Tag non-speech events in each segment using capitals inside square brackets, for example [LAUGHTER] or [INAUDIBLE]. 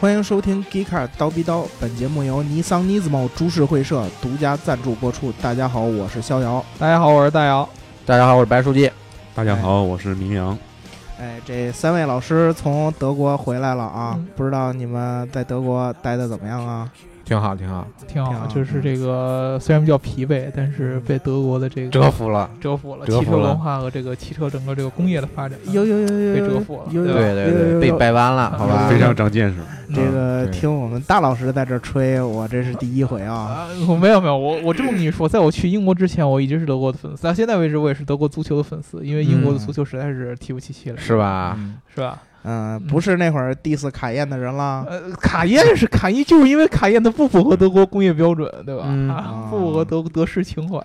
欢迎收听《Geeka 刀逼刀》，本节目由尼桑 Nismo 株式会社独家赞助播出。大家好，我是逍遥。大家好，我是大姚。大家好，我是白书记。大家好，我是明阳。哎，这三位老师从德国回来了啊，嗯不知道你们在德国待的怎么样啊？挺好，挺好，挺挺好好，就是这个虽然比较疲惫，但是被德国的这嗯个折服了。折服了，折服汽车了文化和这个汽车整个这个工业的发展。有有有有被折服了有有对吧对有有有对，被掰弯啊了，好吧非？常长见识，嗯这个对听我们大老师在这吹，我这是第一回啊。啊，我没有没有，我我这么跟你说，在我去英国之前，我一直是德国的粉丝，啊到现在为止我也是德国足球的粉丝，因为英国的嗯足球实在是提不起气来，是吧？是吧？嗯，不是那会儿 diss 卡宴的人啦。呃，卡宴是卡宴，就是因为卡宴它不符合德国工业标准，对吧？嗯啊不符合德德式情怀，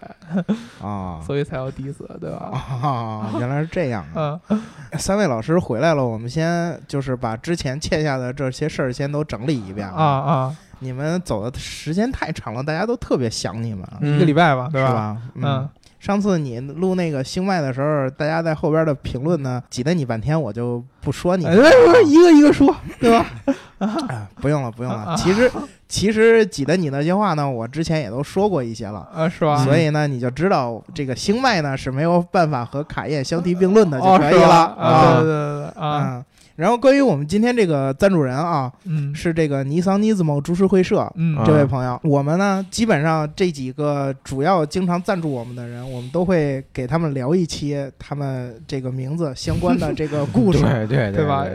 啊所以才要 diss，对吧？啊，原来是这样啊！嗯，三位老师回来了，我们先就是把之前欠下的这些事儿先都整理一遍啊。啊，你们走的时间太长了，大家都特别想你们，嗯一个礼拜吧，对是吧？吧？嗯，上次你录那个星脉的时候，大家在后边的评论呢挤得你半天，我就不说你了哎，不是不是一个一个说，对吧？啊不用了，不用了。啊其实其实挤得你那些话呢，我之前也都说过一些了。啊，是吧？所以呢，你就知道这个星脉呢是没有办法和卡宴相提并论的就哦，可以是吧了啊，对对对对啊，嗯，然后关于我们今天这个赞助人啊，嗯是这个尼桑尼兹某株式会社。嗯，这啊位朋友，我们呢基本上这几个主要经常赞助我们的人，我们都会给他们聊一期他们这个名字相关的这个故事。 [LAUGHS] 对啊嗯对对吧？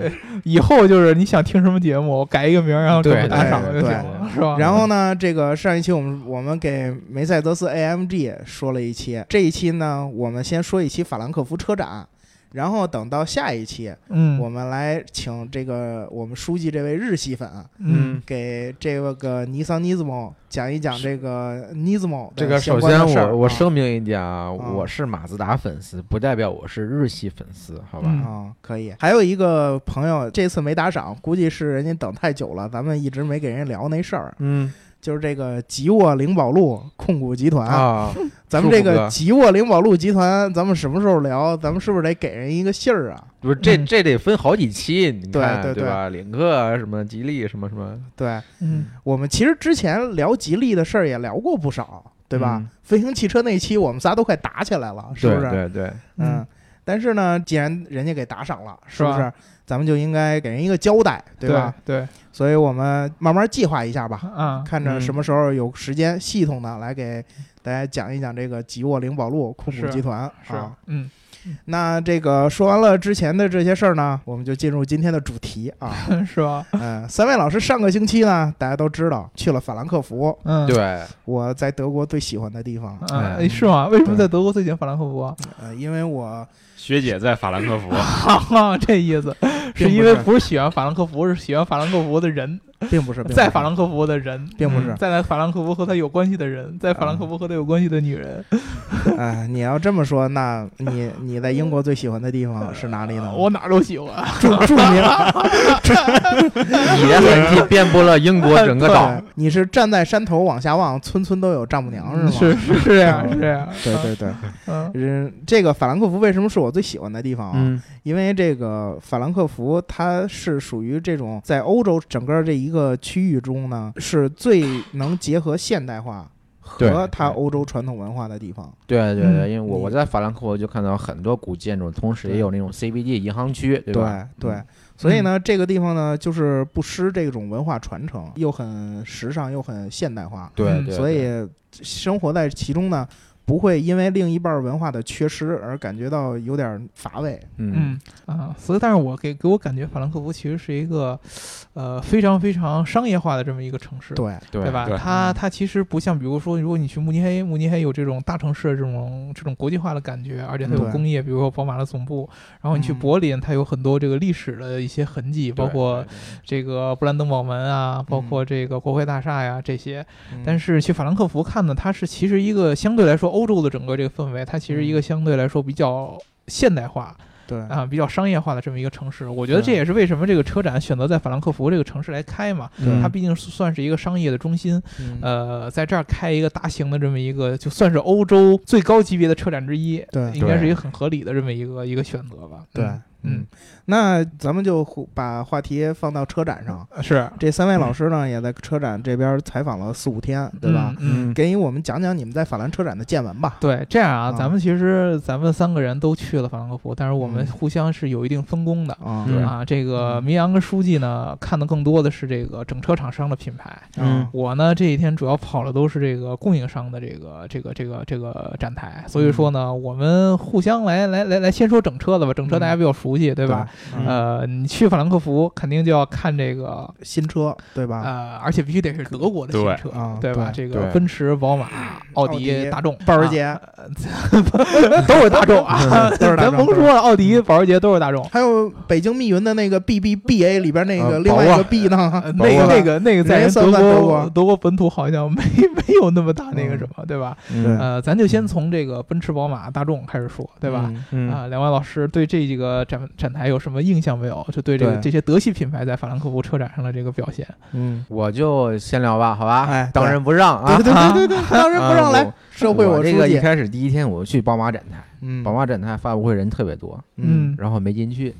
以后就是你想听什么节目，我改一个名儿，然后给我对们打嗯对赏就对行了，是吧？然后呢，这个上一期我们我们给梅赛德斯 AMG 说了一期，这一期呢，我们先说一期法兰克福车展，然后等到下一期，嗯，我们来请这个我们书记这位日系粉啊嗯给这个尼桑 Nismo 讲一讲这个 Nismo 这个相首关先的事儿我我啊声明一点啊，我是马自达粉丝，不代表我是日系粉丝，好吧？嗯啊、可以。还有一个朋友这次没打赏，估计是人家等太久了，咱们一直没给人家聊那事儿，嗯就是这个吉沃灵宝路控股集团。啊，咱们这舒服个哥吉沃灵宝路集团，咱们什么时候聊？咱们是不是得给人一个信儿啊？不是这嗯这得分好几期，你看对对对吧？领克啊，什么吉利什么什么，对嗯我们其实之前聊吉利的事儿也聊过不少，对吧？嗯飞行汽车那期我们仨都快打起来了，是不对是？对对，嗯，但是呢，既然人家给打赏了，是不是是？咱们就应该给人一个交代，对对吧？？对所以我们慢慢计划一下吧，啊，看着什么时候有时间，系统的来给大家讲一讲这个吉沃灵宝路控股是集团是啊。嗯 [LAUGHS] 那这个说完了之前的这些事儿呢，我们就进入今天的主题啊。 [LAUGHS] 是吧？嗯，三位老师上个星期呢，大家都知道去了法兰克福，嗯，对，我在德国最喜欢的地方。啊，哎嗯是吗？为什么对在德国最近法兰克福啊？ [LAUGHS] 呃，因为我学姐在法兰克福，啊，这意思并是不因为是不是喜欢法兰克福，是喜欢法兰克福的人， [LAUGHS] 并 [LAUGHS] 不是在法兰克福的人，并不是嗯嗯在法兰克福和他有关系的人，在法兰克福和他有关系的女人。克，哎，你要这么说，那你你在英国最喜欢的地方是哪里呢？ [LAUGHS] 我哪儿都喜欢。著著 [LAUGHS] 名，你的痕迹遍布了英国整个岛。 [LAUGHS] 对你是站在山头往下望，村村都有丈母哦娘是吗？ [LAUGHS] 哦是是是这样，是这样。对对对，嗯， [LAUGHS] 嗯，这个法兰克福为什么是我最喜欢的地方啊？嗯因为这个法兰克福，它是属于这种在欧洲整个这一个区域中呢，是最能结合现代化和对它欧洲传统文化的地方。对对嗯对，因为我我你在法兰克福就看到很多古建筑，同时也有那种 CBD 银行区，对对吧？嗯对所以呢，这个地方呢，就是不失这种文化传承，又很时尚，又很现代化，对嗯对，对所以生活在其中呢。不会因为另一半文化的缺失而感觉到有点乏味，嗯嗯啊，所以但是我给给我感觉法兰克福其实是一个，呃，非常非常商业化的这么一个城市，对，对吧？对它嗯它其实不像，比如说，如果你去慕尼黑，慕尼黑有这种大城市的这种这种国际化的感觉，而且它有对工业，比如说宝马的总部。然后你去嗯柏林，它有很多这个历史的一些痕迹，包括这个布兰登堡门啊，包括这个国会大厦呀、这些。但是是去法兰克福看呢，它是其实一个相对来说欧洲的整个这个氛围，它其实一个相对来说比较现代化。对，啊，比较商业化的这么一个城市。我觉得嗯这对也是为什么这个车展选择在法兰克福这个城市来开嘛，嗯它毕竟是算是一个商业的中心。嗯呃，在这儿开一个大型的这么一个，就算是欧洲最高级别的车展之一，对应该对是一个很合理的这么一个一个选择吧。对嗯，嗯，那咱们就互把话题放到车展上。是，这三位老师呢，也在车展这边采访了四五天，对吧？嗯？嗯，给我们讲讲你们在法兰车展的见闻吧。对，这样啊，啊咱们其实咱们三个人都去了法兰克福，但是我们嗯互相是有一定分工的。啊，嗯啊，这个明阳跟书记呢，看的更多的是这个整车厂商的品牌。嗯 [LAUGHS] 我呢这一天主要跑的都是这个供应商的这个这个这个这个展台，所以说嗯呢，我们互相来来来来，先说整车的吧，整车大家比较熟悉，对吧？？嗯呃，你去法兰克福肯定就要看这个，新车对吧？呃，而且必须得是德国的新对车，啊对吧？对这个对奔驰、[SNIFFS] 宝马、奥奥迪、迪大众、保时啊捷、 [LAUGHS] 都是大众啊，嗯 [LAUGHS] 都是大咱众甭说了，奥迪、保时捷都 [LAUGHS] 是大众。还有北京密云的那个 B B B A 里边那个呃另外一宝个沃 B 呃 [LAUGHS] 呢？那个那个那个在人家人算不德算德国国嗯德国本土好像没没有那么大那个什么，对吧？嗯对呃，咱就先从这个奔驰、宝马、大众开始说，对吧？？嗯啊，两位老师对这几个展展台有什么印象没有？就对这个对这些德系品牌在法兰克福车展上的这个表现，嗯，我就先聊吧，好吧？哎对当仁不让对对啊！对对对，当然不让啊来我社会我书这个一记，开始第一天我去宝马展台，嗯宝马展台发布会人特别多，嗯，然后没进 [LAUGHS] 去，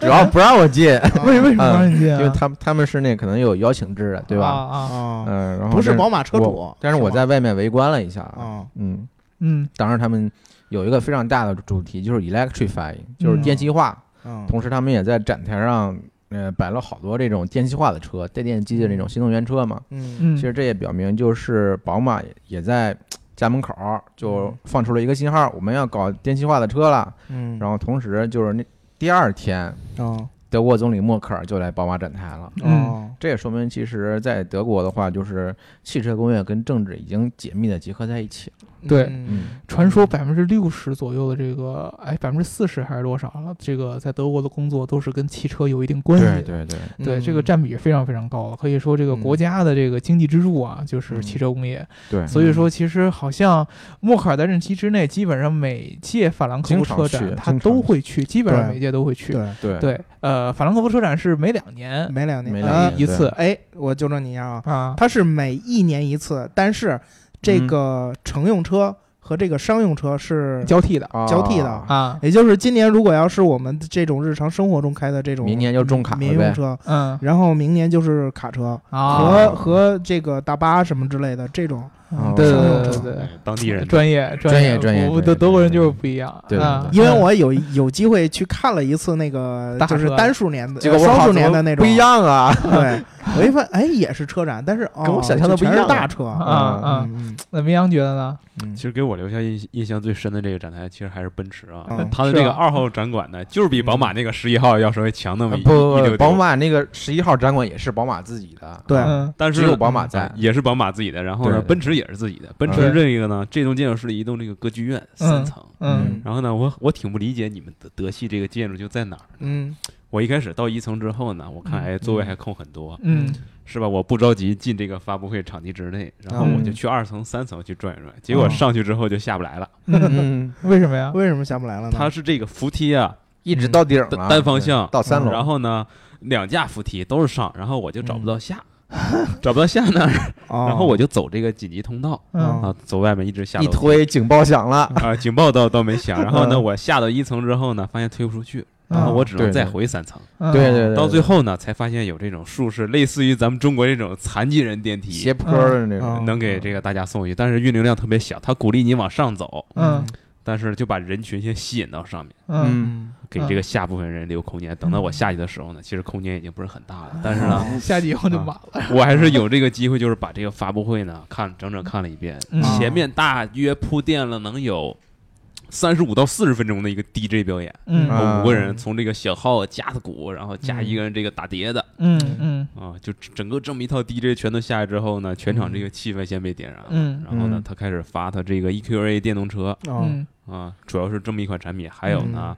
主要不让我进，为为什么让你进嗯因啊？为他们他们是那可能有邀请制的，对吧？啊啊，啊，嗯，然后不是但宝马车主我，但是我在外面围观了一下啊，，哦嗯，嗯当时他们有一个非常大的主题就是 electrify，就是电气化，嗯，同时他们也在展台上。呃，摆了好多这种电气化的车，带电机的那种新能源车嘛。嗯嗯，其实这也表明，就是宝马也也在家门口儿就放出了一个信号，我们要搞电气化的车了。嗯，然后同时就是那第二天，哦德国总理默克尔就来宝马展台了。哦，这也说明，其实，在德国的话，就是汽车工业跟政治已经紧密的结合在一起了。对嗯嗯，传说百分之六十左右的这个，哎，百分之四十还是多少了？这个在德国的工作都是跟汽车有一定关系的。对嗯对对，嗯对，这个占比是非常非常高的，可以说这个国家的这个经济支柱啊，嗯就是汽车工业。对所以说，其实好像默克尔在任期之内，基本上每届法兰克福车经常展去他经常都会去，基本上对每届都会去。对，对，对，呃，法兰克福车展是每两年没两年，没呃两呃年一次哎，我纠正你一下啊，嗯啊，它是每一年一次，但是这个乘用车和这个商用车是交替的啊交替的啊，也就是今年如果要是我们这种日常生活中开的这种明年就重卡了民用呗车，嗯然后明年就是卡车啊，和和这个大巴什么之类的这种，嗯哦对对商用对车对对。哎当地人专业嗯专业业专业我专德业德国人就是不一样对对啊对因为我有有机会去看了一次那个大就是车单数年的结果呃我双靠数怎年么的那种不一，样啊，对，我一看哎也是车展，但是哦跟我想象的就全不一样是大车啊啊，嗯那明阳觉得呢？其实给我留下印印象最深的这个展台，其实还是奔驰啊嗯。它的是那个啊二号展馆呢，就是比宝马那个十一号要稍微强那么呃不一不一丢不，嗯丢宝，马那个十一号展馆也是宝马自己的，对嗯但是只有宝马在啊。也是宝马自己的。然后呢，对对奔驰也是自己的。奔驰对这一个呢，这栋建筑是一栋这个歌剧院，三层。嗯然后呢，我我挺不理解你们德德系这个建筑就在哪儿。嗯我一开始到一层之后呢，我看嗯哎座位还空很多，嗯是吧？我不着急进这个发布会场地之内，然后我就嗯去二层、三层去转一转。结哦果上去之后就下不来了，嗯， [LAUGHS] 嗯，为什么呀？为什么下不来了呢？它是这个扶梯啊，一直到顶了，单单方向嗯对到三楼，然后呢，两架扶梯都是上，然后我就嗯找不到下， [LAUGHS] 找不到下呢，哦，然后我就走这个紧急通道嗯啊，走外面一直下哦一楼梯推警报响了，啊，警报倒倒没响。然后呢，嗯我下到一层之后呢，发现推不出去，嗯然后我只哦能对再对回三层。嗯对对对，到最后后呢，才发现有这种树是类似于咱们中国这种残疾人电斜梯，坡的那种，嗯能给这个大家送去，但是运流量特别小，它鼓励你往上走，嗯但是就把人群先吸引到上面。嗯嗯给这个下部分人留空间，等到我下去的时候呢，其实空间已经不是很大了。但是 [LAUGHS] 呢，嗯，下去以后就满了。我还是有这个机会，就是把这个发布会呢看整整看了一遍嗯，啊前面大约铺垫了能有三十五到四十分钟的一个 DJ 表演，嗯啊有五个人从这个小号架子鼓，然后加一个人这个打碟的嗯嗯啊，就整个这么一套 DJ 全都下来之后呢，全场这个气氛先被点燃了，嗯然后呢嗯，他开始发他这个 EQA 电动车哦嗯啊，主要是这么一款产品，还有呢。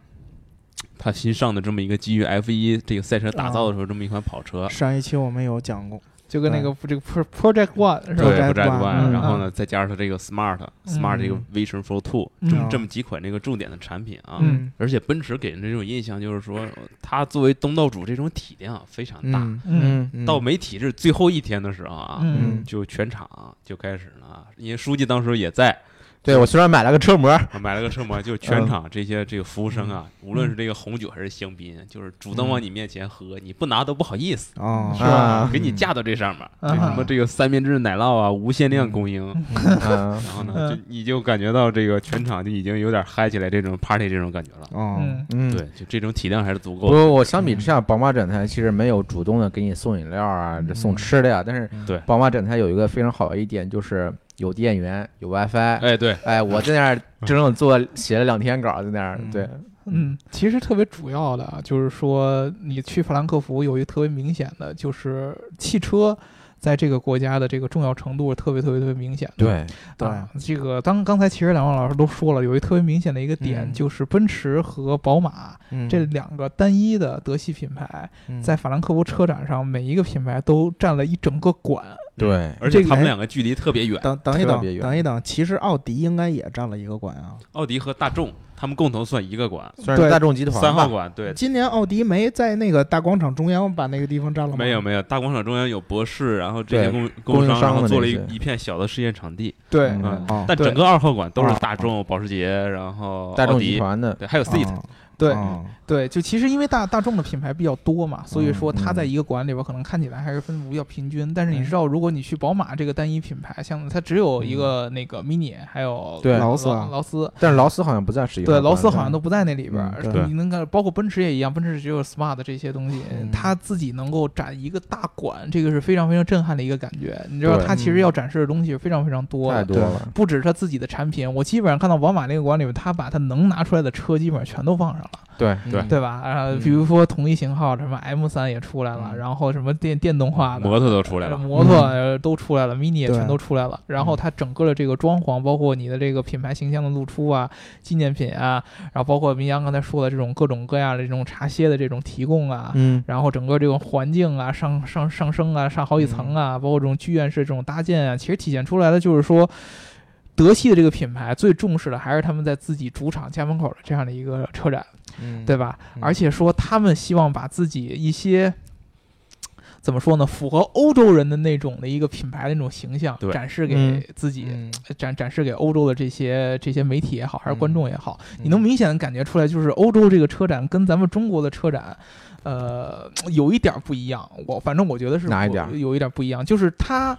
他新上的这么一个基于 F 一这个赛车打造哦的时候，这么一款跑车，上一期我们有讲过，就跟那个这个 pro- Project One 是吧？对， Project 不 One，嗯然后呢，再加上它这个 Smart、Smart 这个 Vision Pro Two，嗯这么这么几款这个重点的产品啊。嗯而且奔驰给人的这种印象就是说，它作为东道主这种体量非常大。嗯嗯嗯到媒体日最后一天的时候啊，嗯嗯就全场就开始了，因为书记当时也在，对我虽然买了个车模，啊买了个车模，就嗯全场这些这个服务生啊，无论是这个红酒还是香槟，就是主嗯动往你面前喝，你不拿都不好意思，哦，是吧啊给你架到这上面。啊这什么这个三明治奶酪啊，无限量供应，嗯然后呢，嗯就你就感觉到这个全场就已经有点嗨起来这种 party 这种感觉了。哦，嗯， [LAUGHS] 嗯，对，嗯就这种体量还是足不够的。过我相比之下，宝马展台其实没有主动的给你送饮料啊，这送吃的呀。但是嗯对宝马展台有一个非常好的一点，就是有电源，有 WiFi。哎，对，哎，我在那儿整整坐写了两天稿，在那儿嗯对，嗯，其实特别主要的啊就是说，你去法兰克福有一个特别明显的，就是汽车在这个国家的这个重要程度是特别特别特别明显的。对，啊，这个当刚才其实两位老师都说了，有一特别明显的一个点，嗯就是奔驰和宝马嗯这两个单一的德系品牌，嗯在法兰克福车展上，每一个品牌都占了一整个馆。对，而且这个他还们两个距离特别远，等等一特别等，远等一等，其实奥迪应该也占了一个馆啊。奥迪和大众他们共同算一个馆，虽然是大众集团三吧号馆对。今年奥迪没在那个大广场中央把那个地方占了吗？没有没有，大广场中央有博士，然后这对些供供供应商，然商后的做那了一些一片小的试验场地。对嗯嗯哦，但整个二号馆都是大众、保时捷，然后大众奥集迪，团的，对，还有 Seat，哦对、哦嗯对，就其实因为大大众的品牌比较多嘛，所以说嗯它嗯哎在一个馆里边可能看起来还是分布比较平均。但是你知道，如果你去宝马这个单一品牌，像它只有一个那个 Mini，还嗯有对劳劳斯啊劳斯，但是劳斯好像不在十一号对馆，劳斯好像都不在那里边嗯儿。对你能看，包括奔驰也一样，奔驰只有 SPA 的这些东西嗯，它自己能够展一个大馆，这个是非常非常震撼的一个感觉。你知道，对嗯它其实要展示的东西是非常非常多太的。多了。不只是它自己的产品，我基本上看到宝马那个馆里面，它把它能拿出来的车基本上全都放上了。对，对对吧？然后嗯比如说同一型号，什么 M 三也出来了，嗯然后什么电电动化的摩托都出来呃了。摩托呃都出来了，mini 也对全都出来了。然后它整个的这个装潢，包括你的这个品牌形象的露出啊、纪念品啊，然后包括明阳刚才说的这种各种各样的这种茶歇的这种提供啊。嗯，然后整个这种环境啊，上上上升啊，上好几层啊，包括这种剧院式这种搭建啊，其实体现出来的就是说，德系的这个品牌最重视的还是他们在自己主场家门口的这样的一个车展。嗯对吧？而且说他们希望把自己一些怎么说呢，符合欧洲人的那种的一个品牌的那种形象对展示给嗯自己，嗯展展示给欧洲的这些这些媒体也好，还是观众也好，嗯你能明显的感觉出来，就是欧洲这个车展跟咱们中国的车展。呃，有一点儿不一样，我反正我觉得是哪一不点儿有一点儿不一样，就是它，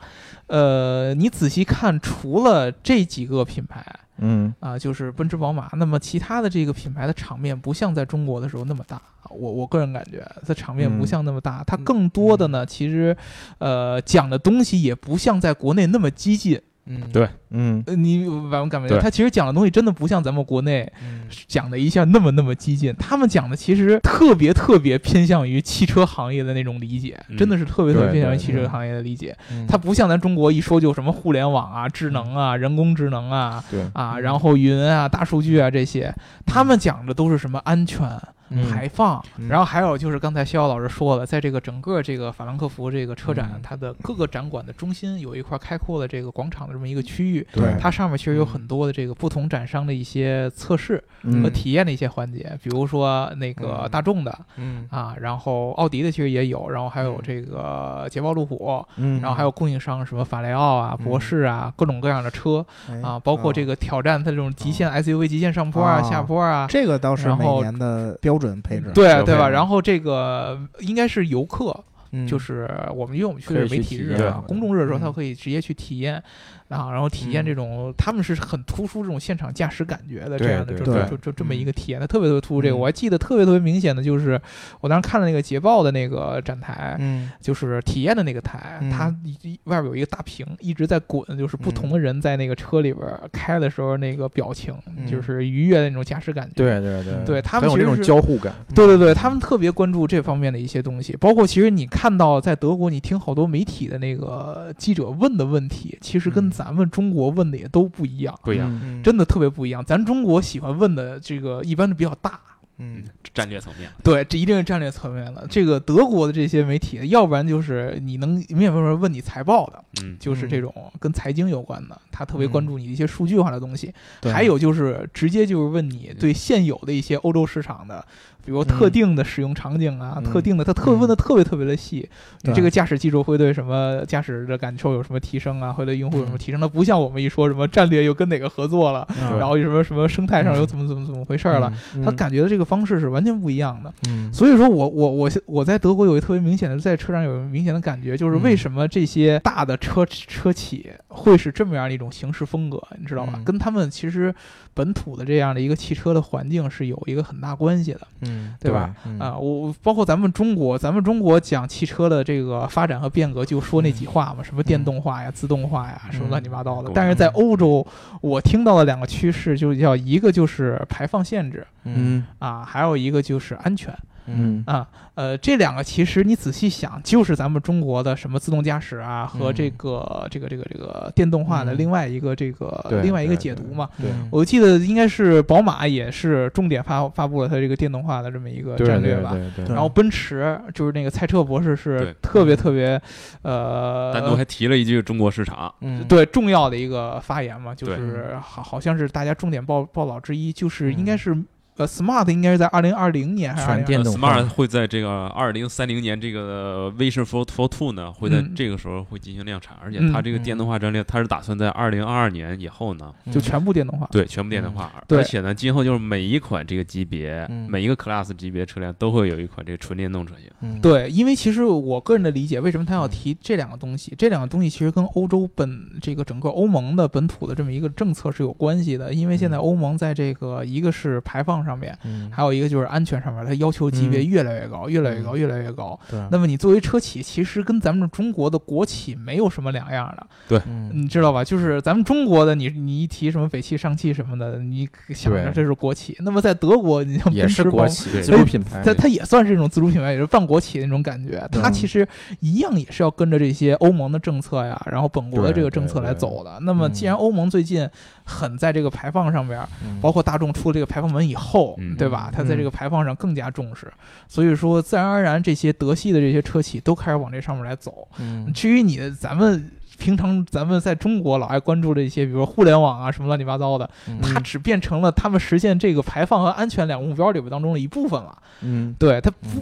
呃，你仔细看，除了这几个品牌，嗯，啊、就是奔驰、宝马。那么其他的这个品牌的场面不像在中国的时候那么大，啊我我个人感觉它场面不嗯像那么大，它嗯更多的呢，其实，呃，讲的东西也不像在国内那么激进。嗯对嗯，呃你反正感觉对它其实讲的东西真的不像咱们国内嗯讲的一下那么那么激进，他们讲的其实特别特别偏向于汽车行业的那种理解，嗯真的是特别特别对偏向于对汽对车行业的理解。嗯它不像咱中国一说就什么互联网啊、智能啊、人工智能啊，对啊，嗯然后云啊、大数据啊这些，他们讲的都是什么安全、嗯排放，嗯然后还有就是刚才肖老师说了，在这个整个这个法兰克福这个车展，嗯它的各个展馆的中心有一块开阔的这个广场的这么一个区域。对它上面其实有嗯很多的这个不同展商的一些测试嗯和体验的一些环节，比如说那个嗯大众的嗯啊，然后奥迪的其实也有，然后还有嗯这个捷豹路虎，嗯，然后还有供应商什么法雷奥啊、嗯博世啊，各种各样的车，哎啊，包括这个挑战它这种极限 SUV 极限上坡啊啊、下坡啊，这个倒是然每后年的标准配置，对消对费吧？嘛然后这个应该是游客，嗯就是我们因为我们去可的以是媒去体体日验嗯，啊公众日的时候，他嗯可以直接去体验啊，然后体验这种他们是很突出这种现场驾驶感觉的这对样的对嗯就对就就就这么一个体验，它特别特别突出这个。嗯我还记得特别特别明显的就是我当时看了那个捷豹的那个展台，嗯就是体验的那个台，嗯它一一外边有一个大屏一直在滚，就是不同的人在那个车里边开的时候那个表情，嗯就是愉悦的那种驾驶感觉。对对对对他很们有其这种实是交互感，对对对，他们特别关注这方面的一些东西，包括其实你看到在德国，你听好多媒体的那个记者问的问题，其实跟嗯咱们中国问的也都不一样，不一样，嗯嗯真的特别不一样。咱中国喜欢问的这个一般都比较大，嗯，战略层面。对，这一定是战略层面了。这个德国的这些媒体，要不然就是你能没有办法问你财报的，嗯，就是这种跟财经有关的，他特别嗯关注你一些数据化的东西。对嗯还有就是直接就是问你对现有的一些欧洲市场的，比如特定的使用场景啊，嗯特定的，他特问的特别特别的细。对你这个驾驶技术会对什么驾驶的感受有什么提升啊？会对用户有嗯什么提升？它不像我们一说什么战略又跟哪个合作了，然然后有什么什么生态嗯上又怎么怎么怎么回事儿了，，嗯他感觉的这个方式是完全不一样的。嗯所以说我我我现我在德国有一特别明显的，在车上有一个明显的感觉，就是为什么这些大的车车企会是这么样的一种行事风格，你知道吧？嗯跟他们其实本土的这样的一个汽车的环境是有一个很大关系的嗯对吧？啊、我包括咱们中国，咱们中国讲汽车的这个发展和变革，就说那几话嘛，什么电动化呀、自动化呀，什么乱七八糟的。嗯但是在欧洲，我听到的两个趋势就叫一个就是排放限制嗯啊，还有一个就是安全。嗯啊，呃，这两个其实你仔细想，就是咱们中国的什么自动驾驶啊，和这嗯个、这个这个这个电动化的嗯另外一个这个、对呃另外一个对解读对嗯嘛。嗯对我记得应该是宝马也是重点发发布了它这个电动化的这么一个对战对略吧。对对，嗯对然后奔驰就是那个蔡澈博士对是特别特别，呃，单独还提了一句中国市场，嗯对重要的一个发言嘛，就对是嗯好好像是大家重点报报道之一，就是应该是、呃，smart 应该是在二零二零年还是全2020电动化呃 Smart 会在这个二零三零年这个 Vision for for Two 呢，会在嗯这个时候会进行量产，而且嗯它这个电动化战略，它是打算在二零二二年以后呢，嗯就全部电动化。对，全部电动化，对而且呢，今后就是每一款这个级别，嗯每一个 class 级别车辆都会有一款这个纯电动车型。嗯对，因为其实我个人的理解，为什么他要提这两个东西？这两个东西其实跟欧洲本这个整个欧盟的本土的这么一个政策是有关系的。因为现在嗯欧盟在这个一个是排放上面， [LAUGHS] 嗯还有一个就是安全上面，它要求级别嗯越来越高，越来越高，嗯越来越高。对那么你作为车企，其实跟咱们中国的国企没有什么两样的，嗯你知道吧？就是咱们中国的你，你一提什么北汽、上汽什么的，你想着对这是国企。那么在德国，你像也奔是驰国宝企对自主品牌，它它也算是一种自主品牌，也是半国企的那种感觉。它嗯其实一样也是要跟着这些欧盟的政策呀，然后本国的对这个政策对来对走的。那么既然欧盟最近很在这个排放上边，嗯包括大众出了这个排放门以后，嗯对吧？嗯它在这个排放上更加重视，所以说自然而然这些德系的这些车企都开始往这上面来走。嗯至于你的咱们。平常咱们在中国老爱关注的一些，比如说互联网啊什么乱七八糟的，嗯它只变成了他们实现这个排放和安全两个目标里边当中的一部分了。嗯对，它不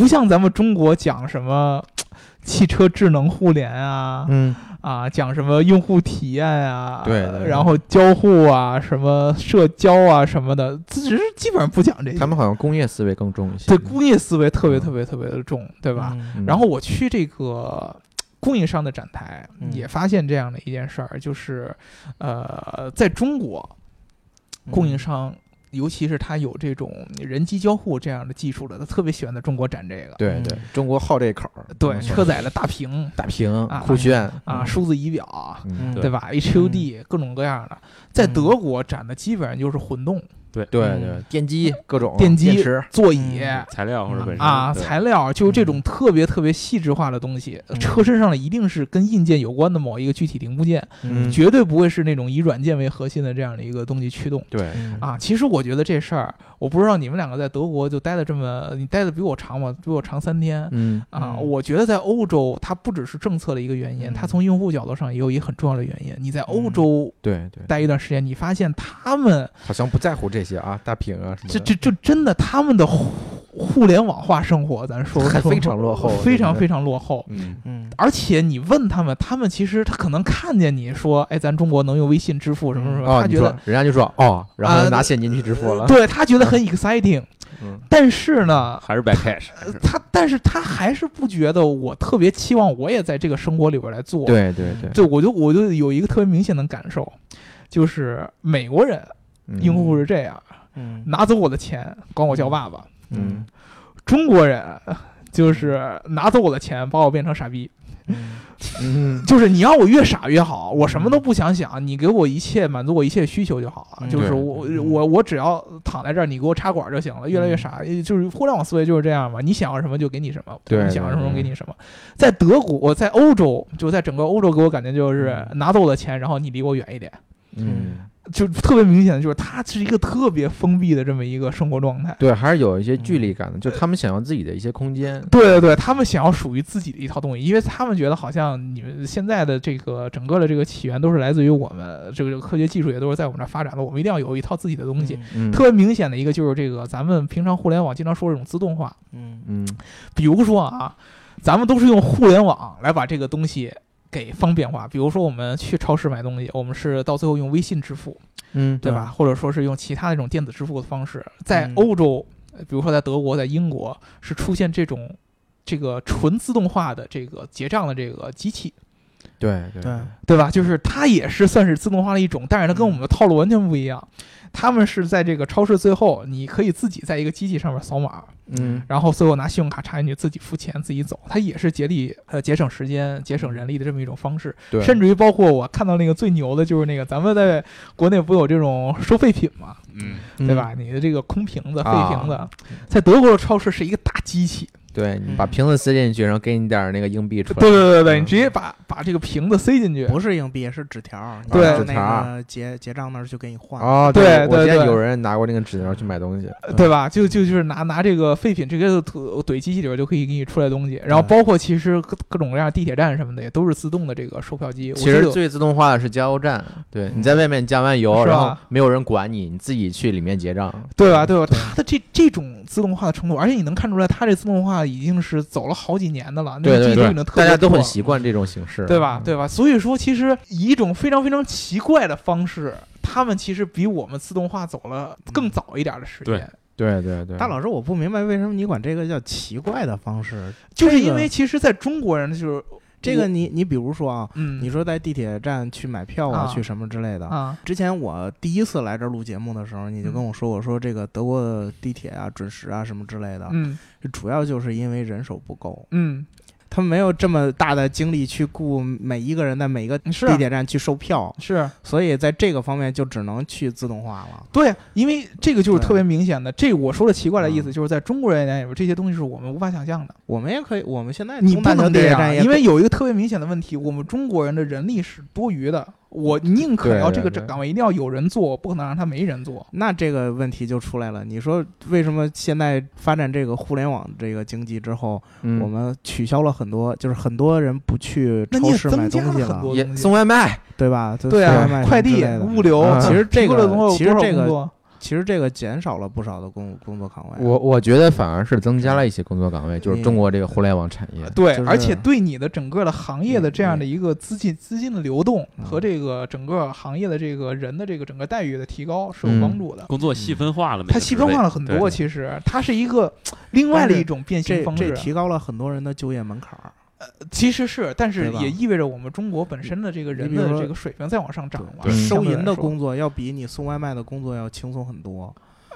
不像咱们中国讲什么汽车智能互联啊、嗯啊，讲什么用户体验啊，对对对然后交互啊，什么社交啊什么的，只是基本上不讲这些。他们好像工业思维更重一些，对工业思维特别嗯特别特别的重，对对吧？？嗯然后我去这个供应商的展台，嗯也发现这样的一件事儿，就是呃，在中国嗯供应商。尤其是他有这种人机交互这样的技术的，他特别喜欢在中国展这个。对对，中国好这口儿，对，嗯车载的大屏大屏呃啊酷炫，啊，嗯数字仪表，嗯对对吧？HUD 各种各样的，在德国展的基本上就是混动、哦对嗯对，电机各种电机电池、座椅嗯材料或者本身啊，对材料，就是这种特别特别细致化的东西呃嗯。车身上的一定是跟硬件有关的某一个具体零部件，嗯绝对不会是那种以软件为核心的这样的一个东西驱动。对，啊，其实我觉得这事儿，我不知道你们两个在德国就待的这么，你待的比我长嘛，比我长三天。嗯啊，嗯我觉得在欧洲，它不只是政策的一个原因，嗯它从用户角度上也有一很重要的原因。你在欧嗯洲对对，待一段时间，你发现他们好像不在乎这些啊，大屏啊什么这的， [LAUGHS] 这这真的他们的互互联网化生活，咱说还说非常落后 [LAUGHS] 非真常的非常落后。嗯嗯而且你问他们，他们其实他可能看见你说，哎，咱中国能用微信支付什么什么，哦，他你觉说得人家就说哦，然后啊拿现金去支付了，对他觉得很 exciting，嗯但是呢，还是 by cash，还 [LAUGHS] 是他但是他还是不觉得我特别期望我也在这个生活里边来做。对对对，对，我就我就有一个特别明显的感受，就是美国人嗯用户是这样，嗯拿走我的钱，管我叫爸爸；嗯中国人就是拿走我的钱，把我变成傻逼。嗯嗯就是你让我越傻越好，我什么都不想想，你给我一切满足我一切需求就好了。嗯就是对我嗯我我只要躺在这儿，你给我插管就行了。越嗯来越傻，就是互联网思维就是这样嘛，你想要什么就给你什么，对你想要什么对嗯给你什么。在德国，在欧洲，就在整个欧洲给我感觉就是拿走我的钱，然后你离我远一点。嗯就特别明显的就是，它是一个特别封闭的这么一个生活状态。对，还是有一些距离感的，就他们想要自己的一些空间。嗯对对对，他们想要属于自己的一套东西，因为他们觉得好像你们现在的这个整个的这个起源都是来自于我们，这个这个科学技术也都是在我们这儿发展的，我们一定要有一套自己的东西。嗯嗯特别明显的一个就是这个，咱们平常互联网经常说这种自动化，嗯嗯比如说啊，咱们都是用互联网来把这个东西给方便化，比如说我们去超市买东西，我们是到最后用微信支付，嗯，对对吧？或者说是用其他那种电子支付的方式，在嗯欧洲，呃比如说在德国、在英国，是出现这种这个纯自动化的这个结账的这个机器，对对对，对吧？就是它也是算是自动化的一种，但是它跟我嗯们的套路完全不一样。他们是在这个超市最后，你可以自己在一个机器上面扫码，嗯然后最后拿信用卡插进去，自己付钱，自己走。它也是节力呃节省时间、节省人力的这么一种方式。对，甚至于包括我看到那个最牛的就是那个，咱们在国内不有这种收废品吗？嗯，嗯对？吧？你的这个空瓶子、废啊瓶子，在德国的超市是一个大机器。对嗯你把瓶子塞进去，然后给你点儿那个硬币出来。对对对对，嗯你直接把把这个瓶子塞进去。不是硬币，是纸条儿，你对到纸条那儿个结结账那儿就给你换。哦，对我对见对呃有人拿过那个纸条去买东西，嗯对吧？就就就是拿拿这个废品直接怼怼机器里边就可以给你出来东西，然后嗯包括其实各各种各样地铁站什么的也都是自动的这个售票机。我其记实得最自动化的是加油站，对嗯你在外面加完油，是吧然后没有人管你，你自己去里面结账。对吧？对吧？对它的这这种自动化的程度，而且你能看出来，它这自动化已经是走了好几年的了，那对个技对术对已经，特别大家都多很了习惯这种形式，对吧？嗯对吧？所以说，其实以一种非常非常奇怪的方式，他们其实比我们自动化走了更早一点的时间。对对对，大老师，我不明白为什么你管这个叫奇怪的方式？就是这个因为其实，在中国人就是这个你你比如说啊，嗯，你说在地铁站去买票啊，啊去什么之类的。啊，之前我第一次来这儿录节目的时候，你就跟我说，我说这个德国的地铁啊、准时啊什么之类的，嗯主要就是因为人手不够，嗯，他们没有这么大的精力去顾每一个人在每个是啊地铁站去售票，是所以在这个方面就只能去自动化了。对，因为这个就是对特别明显的。这我说的奇怪的意思，嗯就是在中国人眼里边，这些东西是我们无法想象的。我们也可以，我们现在你东不大桥能地这铁站样，啊也因为有一个特别明显的问题，我们中国人的人力是多余的。我宁可对要对这个对岗位一定要有人做，我不可能让他没人做。那这个问题就出来了。你说为什么现在发展这个互联网这个经济之后，嗯我们取消了很多，就是很多人不去那超你也市买增加东西了很多也东西送外卖，对吧？就对外啊卖，快什么之类、递的嗯物流，啊其实这提供了个多少其实多少这个工作其实这个减少了不少的工工作岗位。啊我我觉得反而是增加了一些工作岗位，就是中国这个互联网产业。对，就是而且对你的整个的行业的这样的一个资金资金的流动嗯和这个整个行业的这个人的这个整个待遇的提高是有嗯帮助的。工作细分化了，每它个细职分位化了很多，对其实它是一个另外的一种变这现方这式，提高了很多人的就业门槛儿。其实是，但是对吧也意味着我们中国本身的这个人你比的如说这个水平在往上涨了对，收相对来银的说，工作要比你送外卖的工作要轻松很多。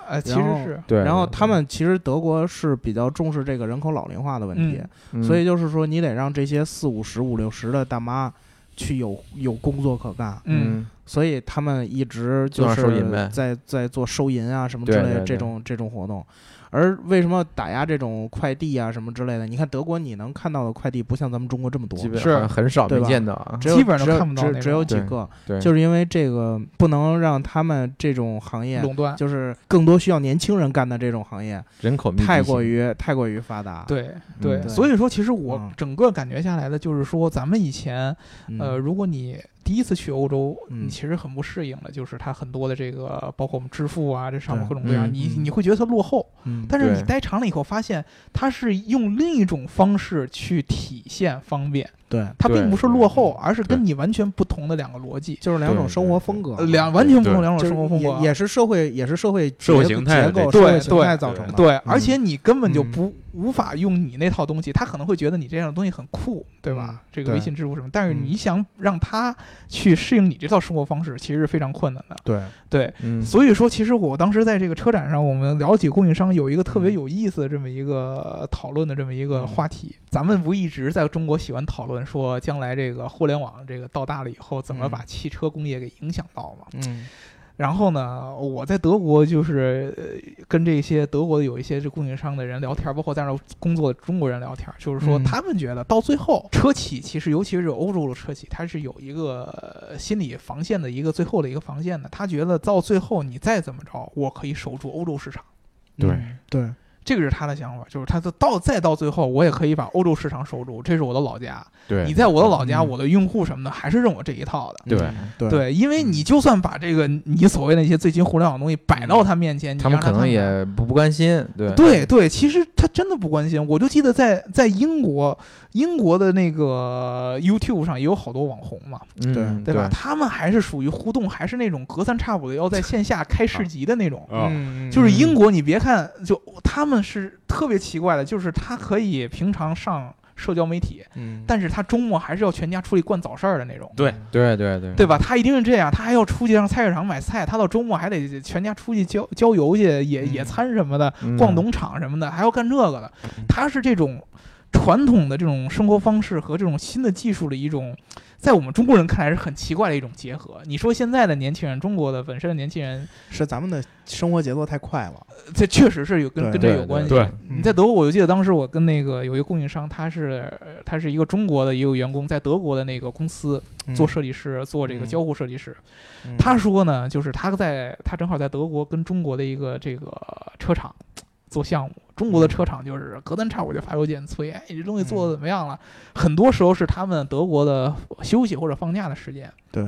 呃，其实然后是，对，然后他们其实德国是比较重视这个人口老龄化的问题，嗯嗯所以就是说你得让这些四五十、五六十的大妈去有有工作可干，嗯，所以他们一直就做收银是呗在在做收银啊什么之对类的对这种这种活动。而为什么打压这种快递啊什么之类的？你看德国，你能看到的快递不像咱们中国这么多，基本嗯是上很少对没吧见到啊。只有基本上只有看不到只那只有种几对个，对，就是因为这个不能让他们这种行业，垄嗯断，就是更多需要年轻人干的这种行业，人口密集太性过于太过于发达。对对，对所以说其实我嗯整个感觉下来的就是说，咱们以前嗯，呃，如果你第一次去欧洲，你嗯其实很不适应的，就是它很多的这个，包括我们支付啊，这上面对各种各样，嗯你嗯你会觉得它落后。嗯，但是你对待长了以后，发现它是用另一种方式去体现方便，对，嗯它对并不是落后，而是跟对你完全不同的两个逻辑，就是两种对生对活对风格呃，两完全不同对两嗯就是种生活风格也啊。也是社会也是社会社会结形结态的这构、种社会对形对态造成的。对，而且你根本就嗯不无法用你那套东西，他可能会觉得你这样的东西很酷，对吧嗯？这个对微信支付什么，但是嗯你想让他去适应你这套生活方式，其实是非常困难的。对，对，嗯，所以说，其实我当时在这个车展上，我们了解供应商有一个特别有意思的这么一个讨论的这么一个话题。咱们不一直在中国喜欢讨论说，将来这个互联网这个到大了以后，怎么嗯把汽车工业给影响到吗？嗯然后呢，我在德国就是呃跟这些德国的有一些这供应商的人聊天，包括在那儿工作的中国人聊天，就是说嗯他们觉得到最后，车企其实尤其是欧洲的车企，它是有一个呃心理防线的一个最后的一个防线的。他觉得到最后你再怎么着，我可以守住欧洲市场，对嗯对，这个是他的想法，就是他的到再到最后，我也可以把欧洲市场守住，这是我的老家。对你在我的老家，嗯我的用户什么的还是认我这一套的。对嗯对对，因为你就算把这个你所谓那些最新互联网的东西摆到他面前，你他们让可能看也不不甘心，对对对，其实他真的不关心。我就记得在在英国，英国的那个 YouTube 上也有好多网红嘛，嗯对对吧？他们还是属于互动，还是那种隔三差五的要在线下开市集的那 [LAUGHS] 种。啊，嗯就是英国，你别看就他们是特别奇怪的，就是他可以平常上社交媒体，嗯但是他周末还是要全家出去逛早市儿的那种。对对对对对吧？他一定是这样，他还要出去上菜市场买菜，他到周末还得全家出去郊郊游去，野嗯嗯野餐什么的，嗯逛农场什么的，还要干这个的。他是这种传统的这种生活方式和这种新的技术的一种，在我们中国人看来是很奇怪的一种结合。你说现在的年轻人，中国的本身的年轻人，是咱们的生活节奏太快了，呃这确实是有跟对嗯跟这对有关系。对，你在德国，我就记得当时我跟那个有一个供应商，他是呃他是一个中国的一个员工，在德国的那个公司嗯做设计师，做这个嗯交互设计师。嗯他说呢，就是他在他正好在德国跟中国的一个这个车厂做项目，中国的车厂就是隔三差五就发邮件催，哎，你这东西做的怎么样了？很多时候是他们德国的休息或者放假的时间，对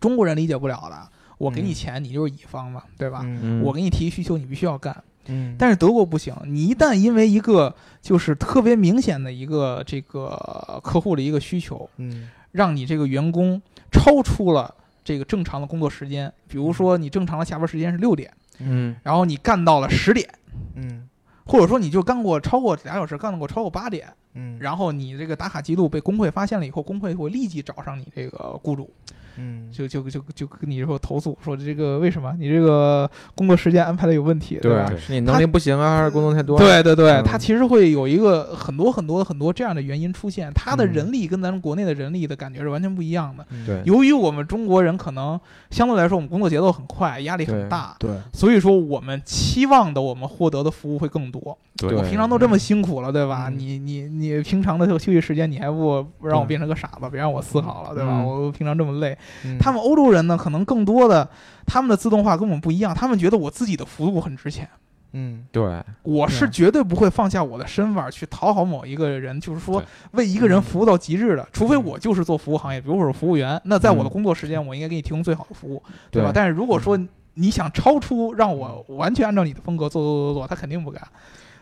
中国人理解不了的。我给你嗯钱，你就是乙方嘛，对吧？嗯嗯我给你提需求，你必须要干。嗯，但是德国不行，你一旦因为一个就是特别明显的一个这个客户的一个需求，嗯让你这个员工超出了这个正常的工作时间，比嗯如说你正常的下班时间是六点，嗯然后你干到了十点，嗯或者说你就干过超过俩小时，干过超过八点，嗯，然后你这个打卡记录被工会发现了以后，工会会立即找上你这个雇主，嗯就就就就跟你说投诉说这个为什么你这个工作时间安排的有问题，对吧？吧，是你能力不行啊，还是工作太多？，对对对，嗯它其实会有一个很多很多很多这样的原因出现，它的嗯人力跟咱们国内的人力的感觉是完全不一样的。对由于我们中国人可能相对来说我们工作节奏很快，压力很大，对所以说我们期望的我们获得的服务会更多。对我对平常都这么辛苦了，对吧？嗯你你你平常的休息时间你还不不让我对变成个傻子，别让我思考了，对吧？嗯我平常这么累，嗯他们欧洲人呢，可能更多的他们的自动化跟我们不一样，他们觉得我自己的服务很值钱。嗯对我是对绝对不会放下我的身腕儿去讨好某一个人，就是说对为一嗯个人服务到极致的，除非我就是做服务行业，比如我是服务员，那在嗯我的工作时间，我应该给你提供最好的服务，对吧？但是如果说你想超出让我嗯完全按照你的风格做做做做，他肯定不敢。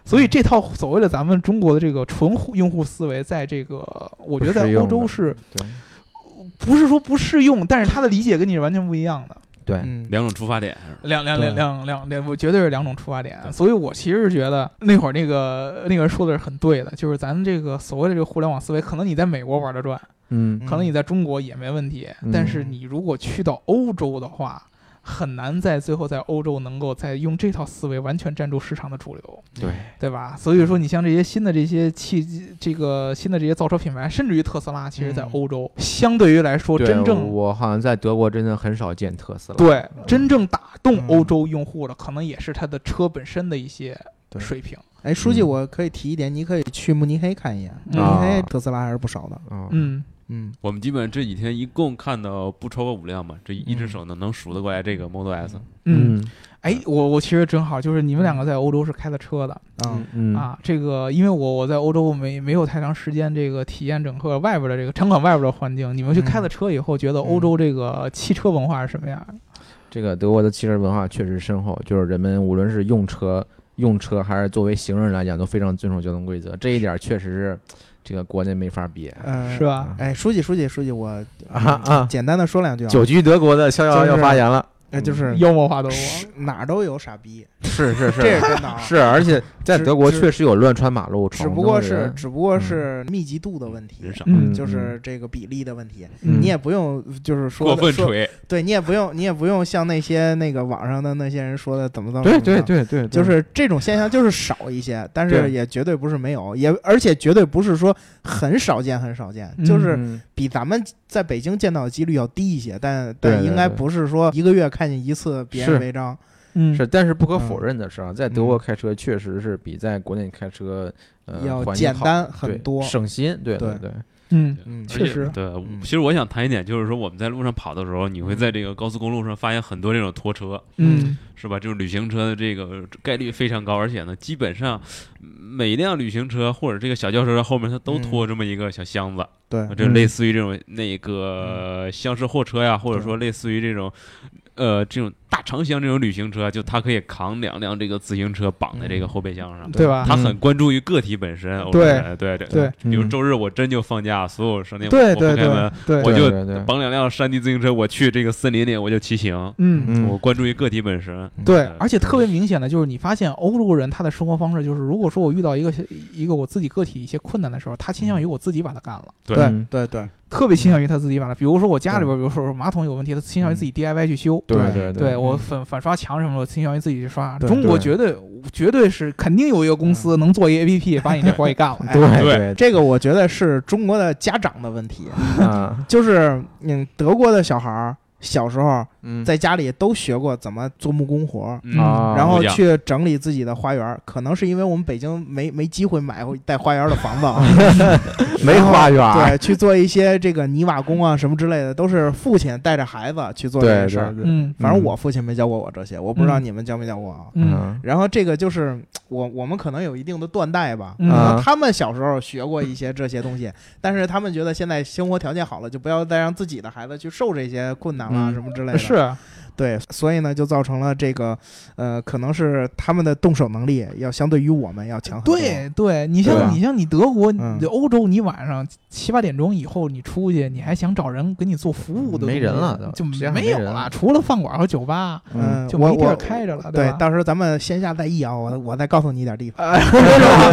所以这套所谓的咱们中国的这个纯户用户思维，在这个我不适觉得在用欧洲的是对不是说不适用，但是他的理解跟你是完全不一样的。对嗯两种出发点是吧两两对两两两两，我绝对是两种出发点。啊对所以我其实是觉得那会儿那个那个人说的是很对的，就是咱们这个所谓的这个互联网思维，可能你在美国玩得转，嗯可能你在中国也没问题，嗯但是你如果去到欧洲的话。很难在最后在欧洲能够再用这套思维完全站住市场的主流，嗯对对吧？所以说，你像这些新的这些汽这个新的这些造车品牌，甚至于特斯拉，其实在嗯欧洲、相对于来说，对真正我好像在德国真的很少见特斯拉，对，真正打动嗯欧洲用户的，可能也是它的车本身的一些对水平。哎，书记，嗯我可以提一点，你可以去慕尼黑看一眼，慕尼啊黑特斯拉还是不少的。啊嗯，嗯，我们基本这几天一共看到不超过五辆吧，这一只嗯手能能数得过来这个 Model S。嗯，哎，我我其实正好就是你们两个在欧洲是开的车的、啊，嗯啊，这个因为我我在欧洲没没有太长时间这个体验整个外边的这个场馆外边的环境，你们去开了车以后，觉得嗯欧洲这个汽车文化是什么样的？这个德国的汽车文化确实深厚，就是人们无论是用车、用车还是作为行人来讲，都非常遵守交通规则。这一点确实是这个国内没法比呃嗯是，吧？哎，书记，书记，书记，我嗯啊啊！简单的嗯说两句啊，久居德国的逍遥就要是发言了，嗯呃就是妖魔化德是国，哪儿都有傻逼，是是 [LAUGHS] 这是是真的啊。是，而且在只德国只确实有乱穿马路，只闯不红过灯的是人只不过嗯是密集度的问题，人少，嗯就是这个比例的问题。嗯你也不用就是说过分说，吹，对你也不用你也不用像那些那个网上的那些人说的怎么怎么对怎么对样对对，就对是这种现象就是少一些，但是嗯对也绝对不是没有，也而且绝对不是说很少见很少见，嗯就是嗯比咱们在北京见到的几率要低一些，但对但对应该对不是说一个月看见一次别人是违章，嗯是，但是不可否嗯认的是啊，在德国开车确实是比在国内开车呃要环境简好单对很多。省心，对对对，嗯嗯，而确且实对嗯，其实我想谈一点，就是说我们在路上跑的时候，你会在这个高速公路上发现很多这种拖车，嗯是吧？就是旅行车的这个概率非常高，而且呢，基本上每辆旅行车或者这个小轿车后面它都嗯拖这么一个小箱子，对，啊就嗯类似于这种那个厢式货车呀，或者说类似于这种。呃，这种大长箱这种旅行车，就它可以扛两辆这个自行车绑在这个后备箱上，嗯对吧？嗯他很关注于个体本身。欧洲对人对对对比如嗯周日我真就放假，所有商店对我不对开门对我对，对就对对绑两辆山地自行车，我去这个森林里我就骑行。嗯。嗯我关注于个体本身，对嗯，而且特别明显的就是，你发现欧洲人他的生活方式就是，如果说我遇到一个一个我自己个体一些困难的时候，他倾向于我自己把它干了，对对嗯对对，特别倾向于他自己把它。比如说我家里边，比如说马桶有问题，他倾向于自己 DIY 去修。对对对对，我反反刷墙什么的，我倾向于自己去刷。对中国对绝对绝对是肯定有一个公司能做一 APP 把你这活儿给干了。哎对对这个我觉得是中国的家长的问 [LAUGHS] 题，啊，就是嗯，德国的小孩儿小时候嗯在家里都学过怎么做木工活儿，嗯啊，然不后一样去整理自己的花园儿。可能是因为我们北京没没机会买回带花园儿的房子啊，没花园儿，对，去做一些这个泥瓦工啊什么之类的，都是父亲带着孩子去做这对个事对儿。对，嗯反正我父亲没教过我这些，我不知道你们教没教过啊。嗯然后这个就是我我们可能有一定的断代吧，嗯可能啊他们小时候学过一些这些东西，但是他们觉得现在生活条件好了，就不要再让自己的孩子去受这些困难啦、嗯什么之类嗯，的。是对，所以呢，就造成了这个，呃，可能是他们的动手能力要相对于我们要强很多。对对，你对吧像你像你德国、嗯你欧洲，你晚上七八点钟以后你出去，你还想找人给你做服务的没东人西了都就实际上没没有人了了，除了饭馆和酒吧，嗯嗯，就我没地我儿开着了，对，吧？到时候咱们线下再议啊，我我再告诉你点 [LAUGHS] 地方，呃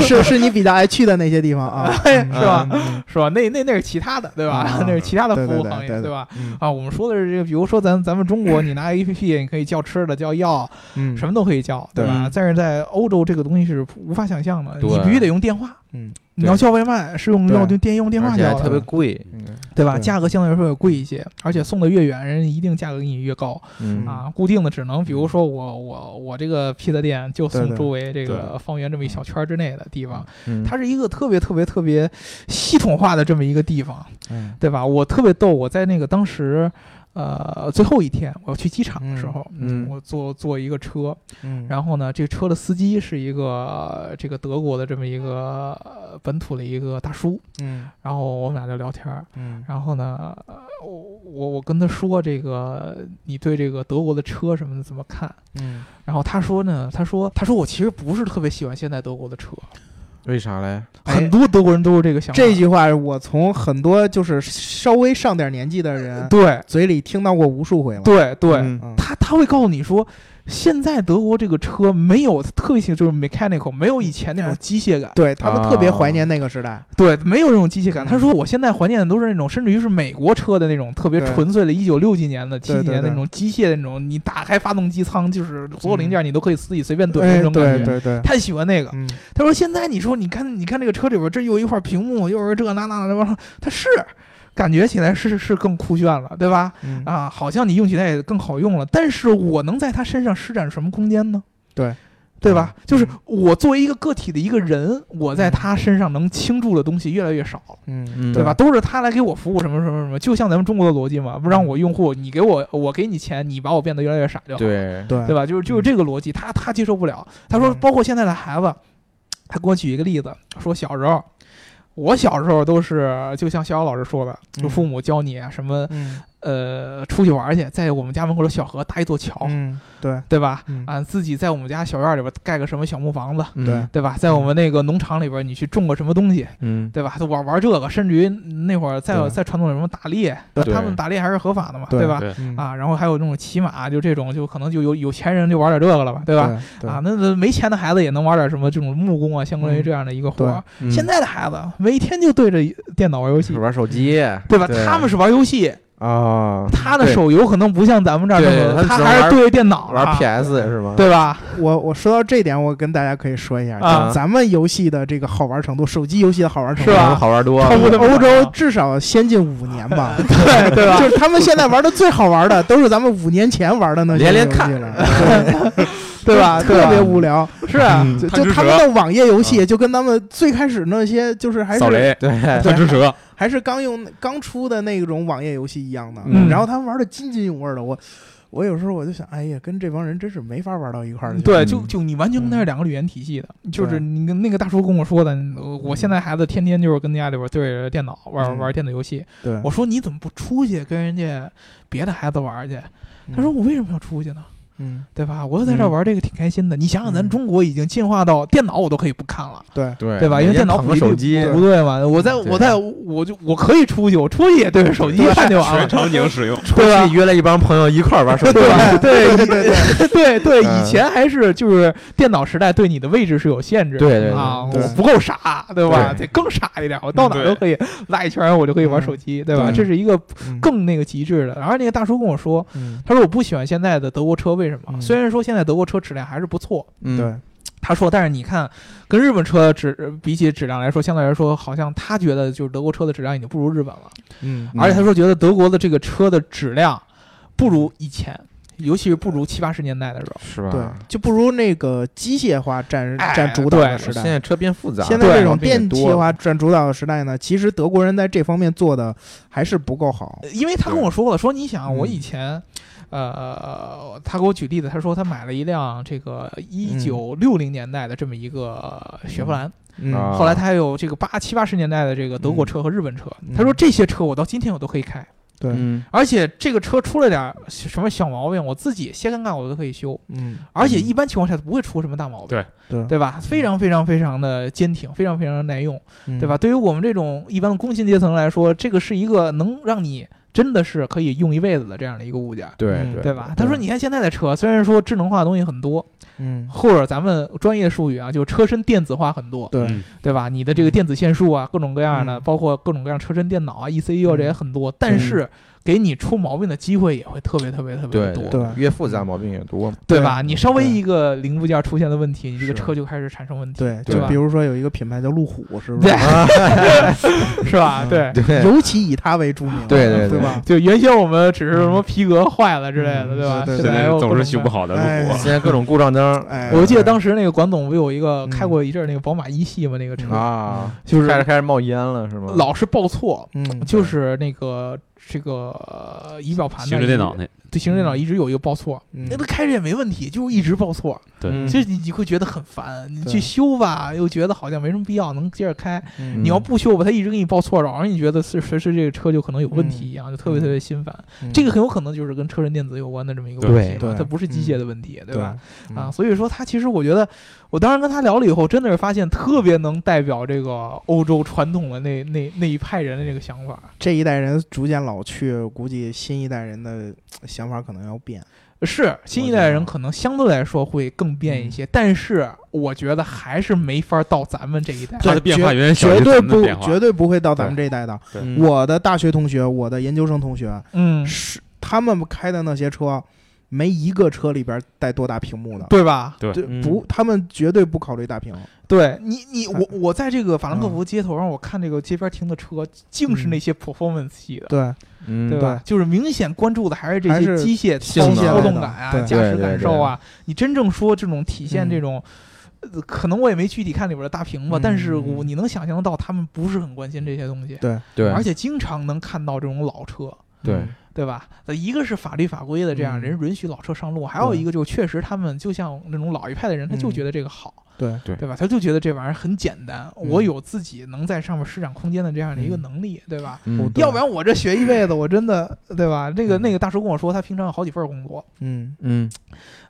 是是你比较爱去的那些地方 [LAUGHS] 啊，是吧？嗯是吧？那那那是其他的，对吧啊？ [LAUGHS] 那是其他的对服对务对行业，对对吧嗯？啊，我们说的是这个，比如说咱咱们中国，[LAUGHS] 你拿 A P P，你可以叫吃的，叫药，嗯，什么都可以叫，对吧对？但是在欧洲，这个东西是无法想象的，对你必须得用电话。嗯，你要叫外卖是用对要用电用电而话且还叫的，特别贵，对吧？对价格相对来说也贵一些，而且送的越远，人家一定价格给你越高嗯啊。固定的只能比如说我我我这个披萨店就对送对周围对这个方圆这么一小圈儿之内的地方，嗯它是一个特别特别特别系统化的这么一个地方，嗯对吧？我特别逗，我在那个当时。呃，最后一天我要去机场的时候，嗯嗯我坐坐一个车，嗯，然后呢，这车的司机是一个、呃这个德国的这么一个、呃本土的一个大叔，嗯然后我们俩就聊天儿，嗯然后呢，呃我我我跟他说这个你对这个德国的车什么的怎么看？嗯，然后他说呢，他说他说我其实不是特别喜欢现在德国的车，为啥嘞？哎很多德国人都是这个想法。这句话我从很多就是稍微上点年纪的人对嘴里听到过无数回了。对对，嗯嗯，他他会告诉你说，现在德国这个车没有特别性，就是 mechanical，没有以前那哎种机械感，对他们特别啊怀念那个时代。对，没有这种机械感。嗯他说我现在怀念的都是那种，甚至于是美国车的那种特别对纯粹的，一九六几年的、七对几对年对的那种机械的那种，你打开发动机舱就是所有零件你都可以自己随便怼的哎那种感觉。对对对，太喜欢那个，嗯，他说现在你说你看你看这个车里边这又一块屏幕，又是这那那那那，它是感觉起来是是更酷炫了，对吧？嗯啊，好像你用起来也更好用了，但是我能在它身上施展什么空间呢？对，嗯对吧？就是我作为一个个体的一个人，我在他身上能倾注的东西越来越少了。嗯，对吧？？都是他来给我服务，什么什么什么，就像咱们中国的逻辑嗯嘛，不让我用户，你给我，我给你钱，你把我变得越来越傻就好，对，对对吧？就是就是这个逻辑，他他接受不了。他说，嗯包括现在的孩子，他给我举一个例子，说小时候，我小时候都是就像逍遥老师说的，就嗯父母教你啊什么嗯呃出去玩儿去，在我们家门口的小河搭一座桥，嗯，对，对吧？嗯啊，自己在我们家小院里边盖个什么小木房子，嗯对，对吧？在我们那个农场里边，你去种个什么东西，嗯，对吧？都玩玩这个，甚至于那会儿再对再传统点什么打猎，对他们打猎还是合法的嘛，对吧？对嗯，啊，然后还有那种骑马，就这种，就可能就有有钱人就玩点这个了吧，对对吧？？对啊，，那那没钱的孩子也能玩点什么这种木工啊，相关于嗯这样的一个活儿。嗯现在的孩子每天就对着电脑玩游戏，玩手机，对吧？他们是玩游戏，啊，他的对手游可能不像咱们这儿对这么，他他只还玩是对着电脑玩了 PS 是吗？对吧？我我说到这点，我跟大家可以说一下，啊就咱们游戏的这个好玩程度，手机游戏的好玩程度是吧嗯好玩多超欧过了。他们欧洲至少先进五年吧，对对吧？ [LAUGHS] 就是他们现在玩的最好玩的，都是咱们五年前玩的那些连连游戏看了，对对吧对特吧别无聊，是啊，嗯就贪就吃他们的网页游戏，就跟他们最开始那些就是还扫是雷、对，哎贪吃 [LAUGHS] 蛇，还是刚用刚出的那种网页游戏一样的，嗯然后他们玩的津津有味的，我我有时候我就想，哎呀，跟这帮人真是没法玩到一块儿去。对，嗯就就你完全跟他是两个语言体系的，就是对你跟那个大叔跟我说的，呃我现在孩子天天就是跟家里边对着电脑玩、嗯玩电子游戏。对，我说你怎么不出去跟人家别的孩子玩去？他说我为什么要出去呢？嗯，对吧？我就在这儿嗯玩这个挺开心的。你想想，咱嗯中国已经进化到电脑我都可以不看了，对，对对吧？因为电脑捧普个及手率机，不对嘛。我在对我在我就我可以出去，我出去也对着手机看就完全了，场景使用，对吧出去？约了一帮朋友一块儿玩手机对 [LAUGHS] 吧？对对对对， [LAUGHS] 对对，嗯以前还是就是电脑时代对你的位置是有限制的，对对对啊，对我不够傻，对吧？对得更傻一点，我到哪儿都可以拉一圈，我就可以玩手机，对吧？对这是一个 [LAUGHS] 嗯更那个极致的。然后那个大叔跟我说，嗯他说我不喜欢现在的德国车，为什么？嗯虽然说现在德国车质量还是不错，嗯对，他说，但是你看，跟日本车质比起质量来说，相对来说，好像他觉得就是德国车的质量已经不如日本了，嗯嗯而且他说觉得德国的这个车的质量不如以前。尤其是不如七八十年代的时候，是嗯对吧？，就不如那个机械化占哎占主导的对时代。现在车变复杂，现在对这种毛病也电气多化占主导的时代呢，其实德国人在这方面做的还是不够好。因为他跟我说了，说你想嗯我以前，呃，他给我举例子，他说他买了一辆这个一九六零年代的这么一个雪佛嗯兰，啊后来他还有这个八七八十年代的这个德国车和日本车，嗯他说这些车我到今天我都可以开，对，嗯而且这个车出了点儿什么小毛病，我自己先干干我都可以修，嗯，而且一般情况下不会出什么大毛病，对对对吧？非常非常非常的坚挺，非常非常的耐用。嗯对吧？？对于我们这种一般的工薪阶层来说，这个是一个能让你真的是可以用一辈子的这样的一个物件儿，对嗯对吧？他说，你看现在的车，虽然说智能化的东西很多，嗯，或者咱们专业术语啊，就是车身电子化很多，对，嗯 [LAUGHS] 对吧？你的这个电子线束啊，各种各样的，嗯包括各种各样车身电脑啊、ECU 啊嗯这些很多，但对是给你出毛病的机会也会特别特别特别对的多，对越复杂毛病也多嘛。对对吧？你稍微对一个零部件出现了问题，你这个是车就开始产生问题，对，对就吧比如说有一个品牌叫路虎，是不 [LAUGHS] 是？对， [LAUGHS] 是吧？嗯对。对尤其以它为著名，哎对对对对吧？ [LAUGHS] 就原先我们只是什么皮革坏了之类的，嗯对吧？对对现现在在又总是修 [LAUGHS] 不好。好的路哎虎现在各种故障灯 [LAUGHS] 哎，我记得时当时那个管总不有一个嗯开过一阵儿那个宝马一系嘛，那个车、啊，就是开着开着冒烟了是吗？老是报错，嗯，就是那个这个呃仪表盘啊行驶电脑那，对行驶电脑一直有一个报错，嗯那、它开着也没问题，就是一直报错，嗯所以你你会觉得很烦，你对去修吧又觉得好像没什么必要，能接着开。嗯你要不修吧，它一直给你报错，老让你觉得是随时这个车就可能有问题一样，就特别特别心烦。嗯这个很有可能就是跟车身电子有关的这么一个对问题对嘛，它不是机械的问题，对吧？？嗯啊，，所以说他其实我觉得，我当时跟他聊了以后，真的是发现特别能代表这个欧洲传统的那那那一派人的这个想法。这一代人逐渐老去，估计新一代人的呃想法可能要变。是新一代人可能相对来说会更变一嗯些，但是我觉得还是没法到咱们这一代。它的变化绝远远小于绝对咱们的不变化绝对不会到咱们这一代的。嗯我的大学同学，我的研究生同学，嗯，是他们开的那些车，没一个车里边带多大屏幕的。对吧？对对嗯不，他们绝对不考虑大屏。对你你哎嗯我我在这个法兰克福街头上，我看这个街边停的车，竟是那些 performance 系的。对，嗯对吧？就是明显关注的还是这还些是机械性操能操动感啊、对驾对驶对感受啊。你真正说这种体现这种，呃可能我也没具体看里边的大屏吧，嗯但是我嗯你能想象得到，他们不是很关心这些东西，对对，而且经常能看到这种老车。对嗯对吧？呃一个是法律法规的这嗯样人允许老车上路，还有对一个就是确实他们就像那种老一派的人，他就嗯觉得这个好，对，对吧？他就觉得这玩意儿很简单，我有自己能在上面施展空间的这样的一个嗯能力，对吧？嗯对要不然我这学一辈子，我真的对吧？这个嗯那个大叔跟我说，他平常有好几份工作，嗯嗯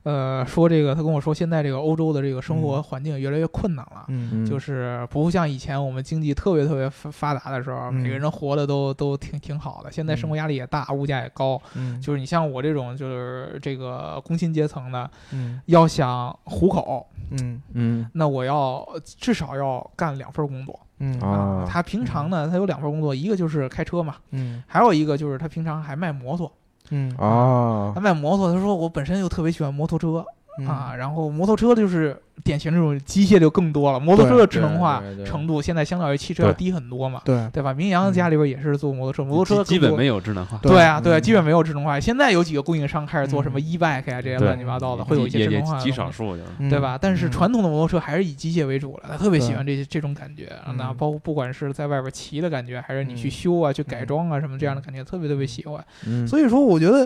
呃，说这个他跟我说，现在这个欧洲的这个生活环境越来越困难了。嗯嗯，就是不像以前我们经济特别特别发发达的时候，嗯每个人活的都都挺挺好的。现在生活压力也大，物价也高。嗯，就是你像我这种就是这个工薪阶层的，嗯要想糊口，嗯嗯那我要至少要干两份工作嗯啊啊。他平常呢，他有两份工作，一个就是开车嘛，嗯还有一个就是他平常还卖摩托。嗯哦他，卖摩托，他说我本身又特别喜欢摩托车，嗯啊，然后摩托车就是典型这种机械就更多了，摩托车的智能化对对对程度现在相较于汽车要对低很多嘛，对对吧？明阳家里边也是做摩托车，摩托车基基本没有。有智能化，对啊，对啊，嗯基本没有智能化。现在有几个供应商开始做什么嗯 e bike 啊这些对乱七八糟的，也会有一些也智也能化的极东少西，数就是。嗯对吧？但是嗯传统的摩托车还是以机械为主了，他特别喜对欢这些这种感觉。啊那嗯包括不管是在外边骑的感觉，还是你去嗯修啊、去改嗯装啊什么这样的感觉，特别特别喜欢。嗯所以说，我觉得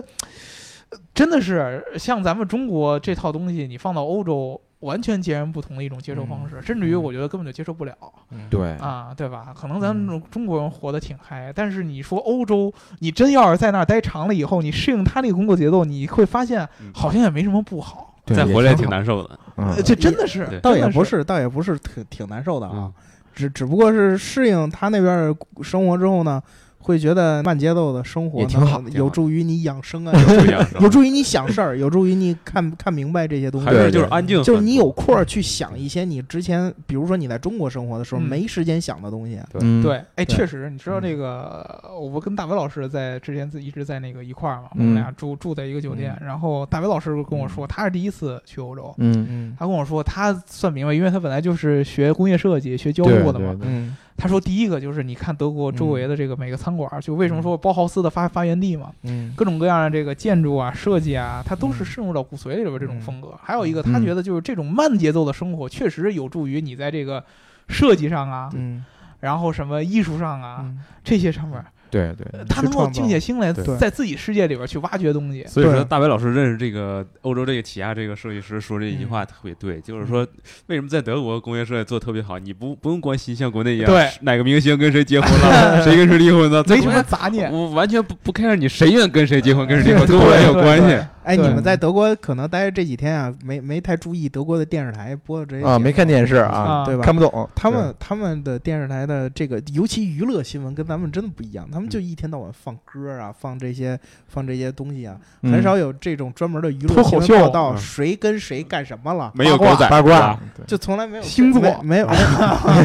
呃真的是像咱们中国这套东西，你放到欧洲，完全截然不同的一种接受方式，甚至于我觉得根本就接受不了嗯对啊，对吧？可能咱们中中国人活得挺嗨，但是你说欧洲，你真要是在那儿待长了以后，你适应他那个工作节奏，你会发现嗯好像也没什么不好。对再回来挺好难受的嗯呃这真的是，对倒真也的不是，倒也不是挺挺难受的啊啊，， [LAUGHS] 只只不过是适应他那边儿生活之后呢，会觉得慢节奏的生活也呢挺好挺有好助于你养生啊，不一样是吧有助于你想事儿，有助于你看看明白这些东西还。是就是对安静，就是你有空儿去想一些你之前，比如说你在中国生活的时候嗯没时间想的东西。啊嗯对，哎，对确实，你知道那嗯个，呃我跟大伟老师在之前自一直在那个一块儿嘛，我嗯们俩住住在一个酒店，然后大伟老师跟我说，他是第一次去欧洲，嗯嗯他跟我说他算明白，因为他本来就是学工业设计、学交对互的对嘛。对嗯他说第一个就是你看德国周围的这个每个餐馆儿，就为什么说包豪斯的发发源地嘛，嗯各种各样的这个建筑啊、设计啊，它都嗯是渗入到骨髓里边这种嗯风格。还有一个，他嗯觉得就是这种慢节奏的生活，确实有助于你在这个设计上啊，嗯然后什么艺术上啊。嗯这些上面儿，对对，他去能够创静造下心来，对在自己世界里边去挖掘东西。所以对说，大白老师认识这个欧洲这个起亚这个设计师说这一句话特别对，嗯就是说为什么在德国工业设计做得特别好，你不不用关心像国内一样，对哪个明星跟谁结婚 [LAUGHS] 了，谁跟谁离婚了，在没什国么内杂念，我完全不不 care 你谁愿跟谁结婚跟谁离婚，对跟我没有对关对系。哎，对你们在德国可能待这几天啊，没没太注意德国的电视台播的这些啊，没看电视啊啊，对吧？看不懂，他们他们的电视台的这个，尤其娱乐新闻跟咱们真的不一样，他们嗯就一天到晚放歌啊，放这些放这些东西啊，嗯很少有这种专门的娱脱乐口新闻秀报道，嗯谁跟谁干什么了，没有八卦狗仔八是卦吧，。对就从来没有星座没没有，没有啊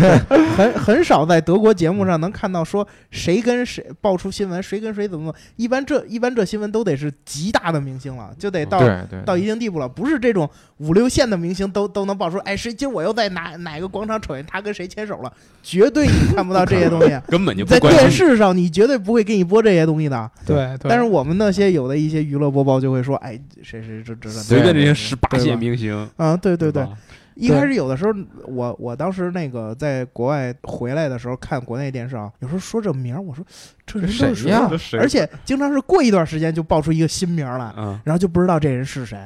很很少在德国节目上能看到说谁跟谁爆出新闻，谁跟谁怎么，一般这一般这新闻都得是极大的明星了，就得到对对到一定地步了，不是这种五六线的明星都都能爆出，哎，谁今儿我又在哪哪个广场瞅见他跟谁牵手了，绝对你看不到这些东西根本就不在关电心。视上，你绝对不会给你播这些东西的。对对。但是我们那些有的一些娱乐播报就会说，哎，谁谁这这这随便这些十对八吧线明星，啊，对对对是，吧，一开始有的时候，我我当时那个在国外回来的时候看国内电视啊，有时候说这名儿，我说这人这都是谁谁呀啊？这谁而且经常是过一段时间就爆出一个新名儿来，啊，然后就不知道这人是谁。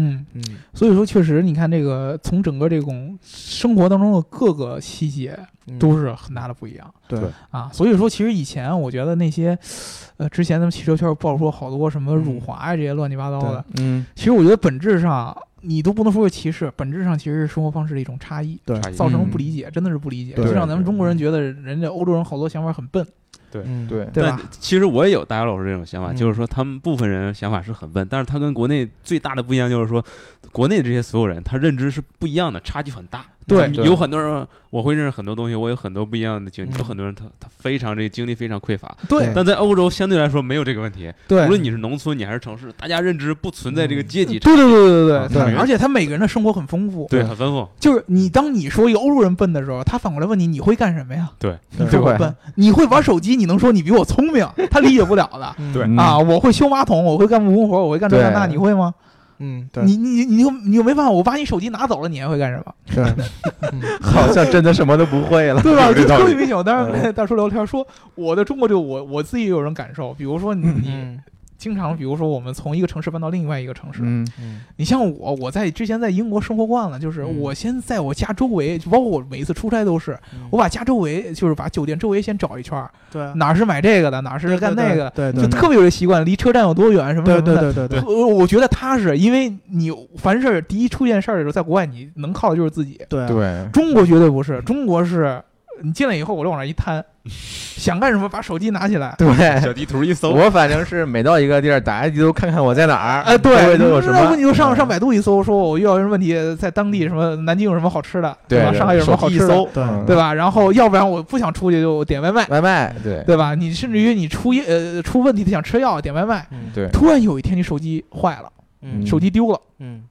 嗯，嗯所以说确实，你看这个从整个这种生活当中的各个细节嗯都是很大的不一样对对啊。所以说，其实以前我觉得那些，呃，之前咱们汽车圈爆出好多什么辱华啊这些乱七八糟的，嗯其实我觉得本质上你都不能说是歧视，本质上其实是生活方式的一种差异。对差异造成了不嗯理解，真的是不理解，对就让咱对们中国人觉得人家欧洲人好多想法很笨，嗯对对但吧？其实我也有大姚老师这种想法，嗯就是说他们部分人想法是很笨，但是他跟国内最大的不一样就是说，国内这些所有人他认知是不一样的，差距很大。对有很多人我会认识很多东西，我有很多不一样的经历，嗯有很多人他他非常这个精力非常匮乏，对但在欧洲相对来说没有这个问题，对无论你是农村你还是城市，大家认知不存在这个阶级嗯对差，对对对啊对对而且他每个人的生活很丰富。对，很丰富，就是你当你说一个欧洲人笨的时候，他反过来问你你会干什么呀？对，你看我笨， [LAUGHS] 你会玩手机，你能说你比我聪明？他理解不了的。对嗯啊，我会修马桶，我会干木工活，我会干这干那，对你会吗？嗯，你你你又你又没办法，我把你手机拿走了，你还会干什么？对， [LAUGHS] 好像真的什么都不会了，对吧？ [LAUGHS] 有这就道特别理明显。我当时嗯跟大叔聊天说，我在中国就我我自己也有这种感受，比如说你你嗯经常比如说我们从一个城市搬到另外一个城市，嗯嗯你像我，我在之前在英国生活惯了，就是嗯我先在我家周围，就包括我每一次出差都是，我把家周围就是把酒店周围先找一圈儿，对啊，哪儿是买这个的，哪儿是干那个的，对对就对特别有这习惯，离车站有多远什么什对嗯么对的。对对对，啊我我觉得踏实，因为你凡事第一出现事儿的时候，在国外你能靠的就是自己。对啊对，中国绝对不是，中国是你进来以后我就往那儿一摊，想干什么把手机拿起来，小对，地图一搜，我反正是每到一个地儿打开地图看看我在哪儿，哎，周对，围都有什那么，问题就上上百度一搜，说我遇到什么问题，在当地什么南京有什么好吃的，对吧？对上海有什么好手吃机一的，搜，对啊嗯对吧？然后要不然我不想出去就点外卖，外卖，对对吧？你甚至于你出一呃出问题想吃药点外卖，嗯对突然有一天你手机坏了，嗯手机丢了，嗯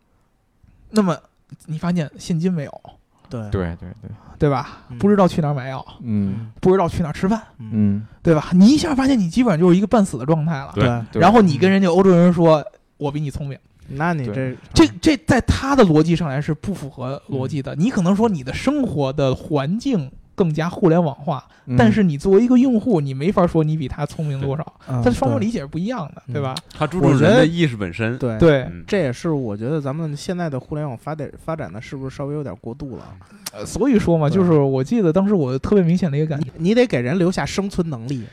那么你发现现金没有，对对对对，对吧？嗯不知道去哪儿买药，嗯不知道去哪儿吃饭，嗯嗯，对吧？你一下发现你基本上就是一个半死的状态了。对对，啊对然后你跟人家欧洲人说。我比你聪明，那你这这这在他的逻辑上来是不符合逻辑的。你可能说你的生活的环境更加互联网化，嗯但是你作为一个用户，你没法说你比他聪明多少，他他的双方理解是不一样的，嗯嗯对吧？他注重我觉人得的意识本身。对。对，嗯，这也是我觉得咱们现在的互联网发展发展的是不是稍微有点过度了？呃所以说嘛，就是我记得当时我特别明显的一个感觉你，你得给人留下生存能力，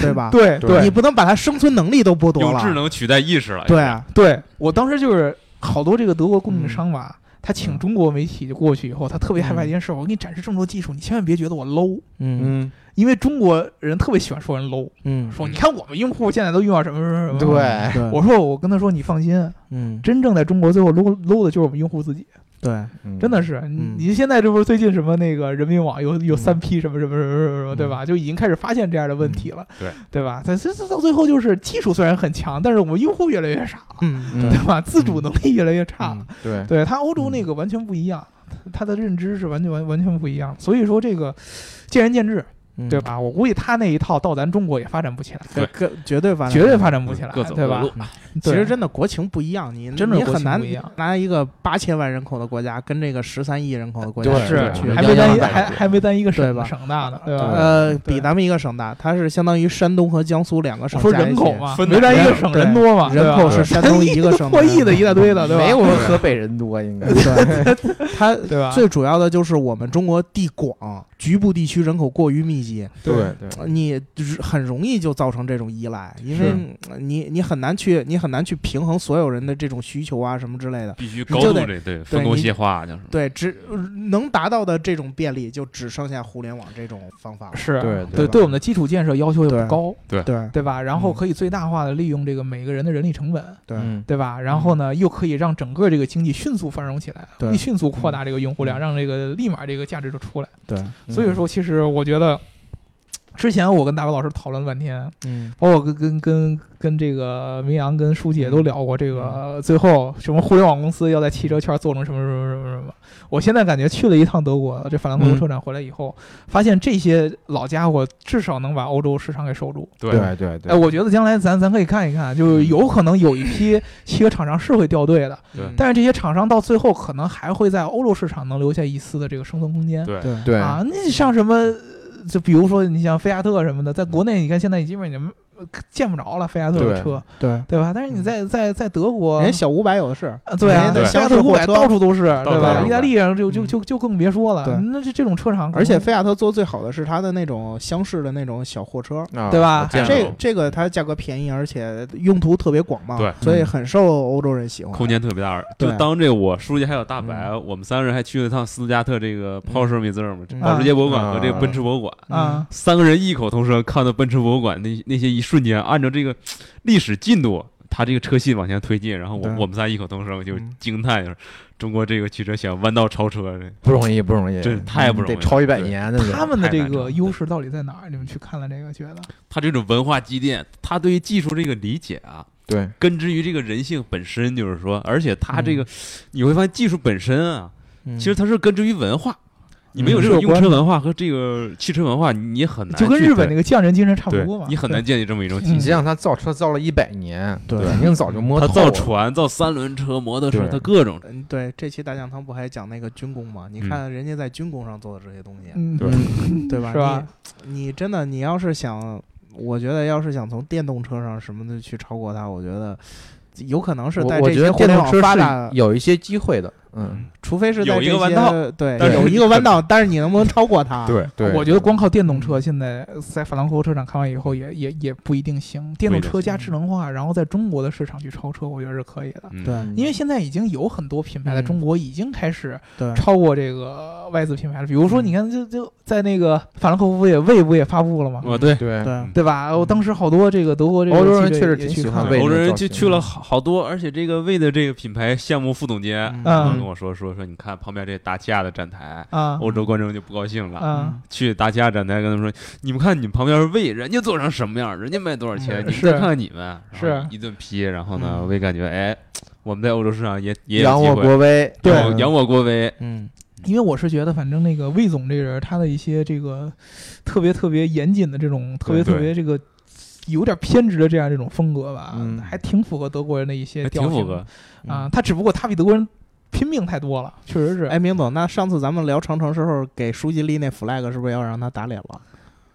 对吧？对对你不能把他生存能力都剥夺有了。智能哎取代意识了。啊对啊，对我当时就是好多这个德国嗯供应商吧，他请中国媒体就过去以后，他特别害怕一件事，我给你展示这么多技术，你千万别觉得我 low，嗯嗯因为中国人特别喜欢说人 low，嗯说你看我们用户现在都用到什么什么什么。对对，我说我跟他说你放心，嗯真正在中国最后 low low 的就是我们用户自己，对嗯真的是你嗯你现在这不是最近什么那个人民网有有嗯三批什么什么什么什么什么嗯对吧？就已经开始发现这样的问题了，嗯对吧？但这这到最后就是技术虽然很强，但是我们用户越来越傻了，嗯嗯对对嗯吧？自主能力越来越差了，对对他欧洲嗯那个完全不一样，他的认知是完全完完全不一样的，所以说这个见仁见智，嗯对吧？我估计他那一套到咱中国也发展不起来，对，各绝对发展，嗯绝对发展不起来，各走对各吧路？。其对实真的国情不一样，你真的你国很情难不一样拿一个八千万人口的国家跟这个十三亿人口的国家对去比是对还对没泱咱泱一大还国还没咱一个对省吧省大呢，对吧？呃，对比咱们一个省大，它是相当于山东和江苏两个省我说加一人起口嘛，分没咱一个省对人多嘛，人口是对山东一个省破亿的人一 [LAUGHS] 大堆的，对吧？没我们河北人多，应该口对，它对吧？最主要的就是我们中国地广，局部地区人口过于密集，对对呃你就是很容易就造成这种依赖，因为呃你你很难去你很难去平衡所有人的这种需求啊什么之类的。必须就高度得这对分工你细化，就是对，只呃能达到的这种便利，就只剩下互联网这种方法了。是对对对对我们的基础建设要求也对不高，对对吧？然后嗯可以最大化的利用这个每个人的人力成本，对，嗯对吧？然后呢，又可以让整个这个经济迅速繁荣起来，对力迅速扩大这个用户量，让这个立马这个价值就出来。对，嗯所以说，其实我觉得。之前我跟大白老师讨论了半天，嗯包括跟跟跟跟这个明阳、跟书记也都聊过这个，呃最后什么互联网公司要在汽车圈做成什么什么什么什么。我现在感觉去了一趟德国，这法兰克福车展回来以后，发现这些老家伙至少能把欧洲市场给守住。对对对，哎，我觉得将来咱咱可以看一看，就是有可能有一批汽车厂商是会掉队的，对但是这些厂商到最后可能还会在欧洲市场能留下一丝的这个生存空间。对对对啊，那像什么，就比如说你像菲亚特什么的，在国内你看现在已经已经见不着了菲亚特的对车，对，对吧？但是你在在在德国人家，小五百有的是，啊对啊，人家的菲亚厢特式五货百车到处都是，对到处吧？都意大利上就就嗯就就更别说了对，那这这种车厂可能，而且菲亚特做最好的是它的那种厢式的那种小货车，啊对吧我见这过个这个它价格便宜，而且用途特别广嘛，对所以很受欧洲人喜欢。空间特别大。就对当这我书记还有大白，我们三人还去了趟斯图加特这个 Porsche Museum，这嗯保时捷博物馆和这个啊奔驰博物馆。啊，三个人异口同声看到奔驰博物馆那那些一瞬间，按照这个历史进度，他这个车系往前推进，然后我对我们仨异口同声就嗯惊叹，就是中国这个汽车想弯道超车，这不容易，不容易，真太不容易得超一百对年那他种。们的太这难找个了优势到底在哪儿？你们去看了这个，觉得他这种文化积淀，他对于技术这个理解啊，对根植于这个人性本身，就是说，而且他这个、你会发现技术本身啊，嗯其实它是根植于文化。你没有这是种嗯有用关车文化和这个汽车文化，你也很难就跟去日本那个匠人精神差不对多嘛，你很对难建立这么一种嗯体你系。想想，他造车造了一百年，对肯定早就摸他透造了。船、造三轮车、摩托车，对他各种嗯，对，这期大讲堂不还讲那个军工吗？你看人家在军工上做的这些东西，嗯对嗯对吧？是吧你你真的，你要是想我觉得要是想从电动车上什么的去超过它，我觉得有可能是我在我这觉得些电电动动车发达是，有一些机会的，嗯，除非是在有这一个些弯道对，但是有你一个弯可能道，但是你能不能超过它？，对，我觉得光靠电动车现在在法兰克福车展看完以后也也也不一定行。电动车加嗯智能化，然后在中国的市场去超车，我觉得是可以的。嗯对因为现在已经有很多品牌在嗯中国已经开始对超过这个外资品牌了，比如说嗯你看，就就在那个法兰克福也魏不也发布了嘛，啊对。对对对吧？我当时好多这个德国这个嗯欧洲人记者确实也挺去喜欢看魏啊的了欧洲人造就型去了好好多，而且这个魏的这个品牌项目副总监嗯跟嗯我说说说，你看旁边这达西亚的展台，啊欧洲观众就不高兴了。啊去达西亚展台跟他们说，你们看你们旁边魏，人家做成什么样，人家卖多少钱，嗯你们再是看看你们，然后是一顿批。然后呢，嗯魏感觉哎，我们在欧洲市场也也有扬机我会，国威，对扬我扬我国威，嗯因为我是觉得，反正那个魏总这人，他的一些这个特别特别严谨的这种，特别对特别这个有点偏执的这样这种风格吧，嗯还挺符合德国人的一些还哎调挺性符合。嗯啊。他只不过他比德国人拼命太多了，确实是。嗯哎，明总，那上次咱们聊长城时候给书记立那 flag 是不是要让他打脸了？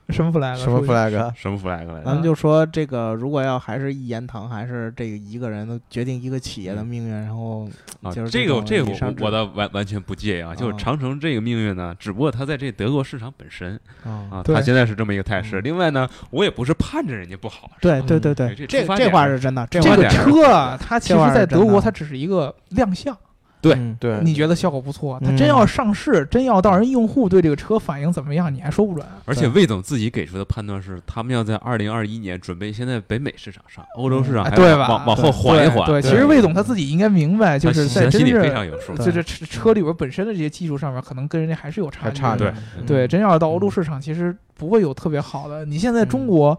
什么 flag？什么说一下 flag？什么 flag 来咱着？们就说这个，如果要还是一言堂，还是这个一个人决定一个企嗯业的命运，然后啊就是这这个我种这个以上我制我倒完完全不介意啊，就是啊长城这个命运呢，只不过它在这德国市场本身啊，啊，对它现在是这么一个态势。嗯另外呢，我也不是盼着人家不好，对对对嗯对，这这出发这点话是是真的，这这话这个点车啊，它其实这玩意儿在德真国的它只是一个亮相，对嗯对，你觉得效果不错，它嗯真要上市，真要到人用户对这个车反应怎么样，你还说不准。而且魏总自己给出的判断是，他们要在二零二一年准备先在北美市场上，欧洲市场哎啊还对要吧往往后对缓一缓。对，其对实魏总他自己应该明白，就他是心在他真心里是非常有数。就这车车里边本身的这些技术上面，可能跟人家还是有差还距的。差对对嗯对，真要是到欧洲市场，其实不会有特别好的。你现在中国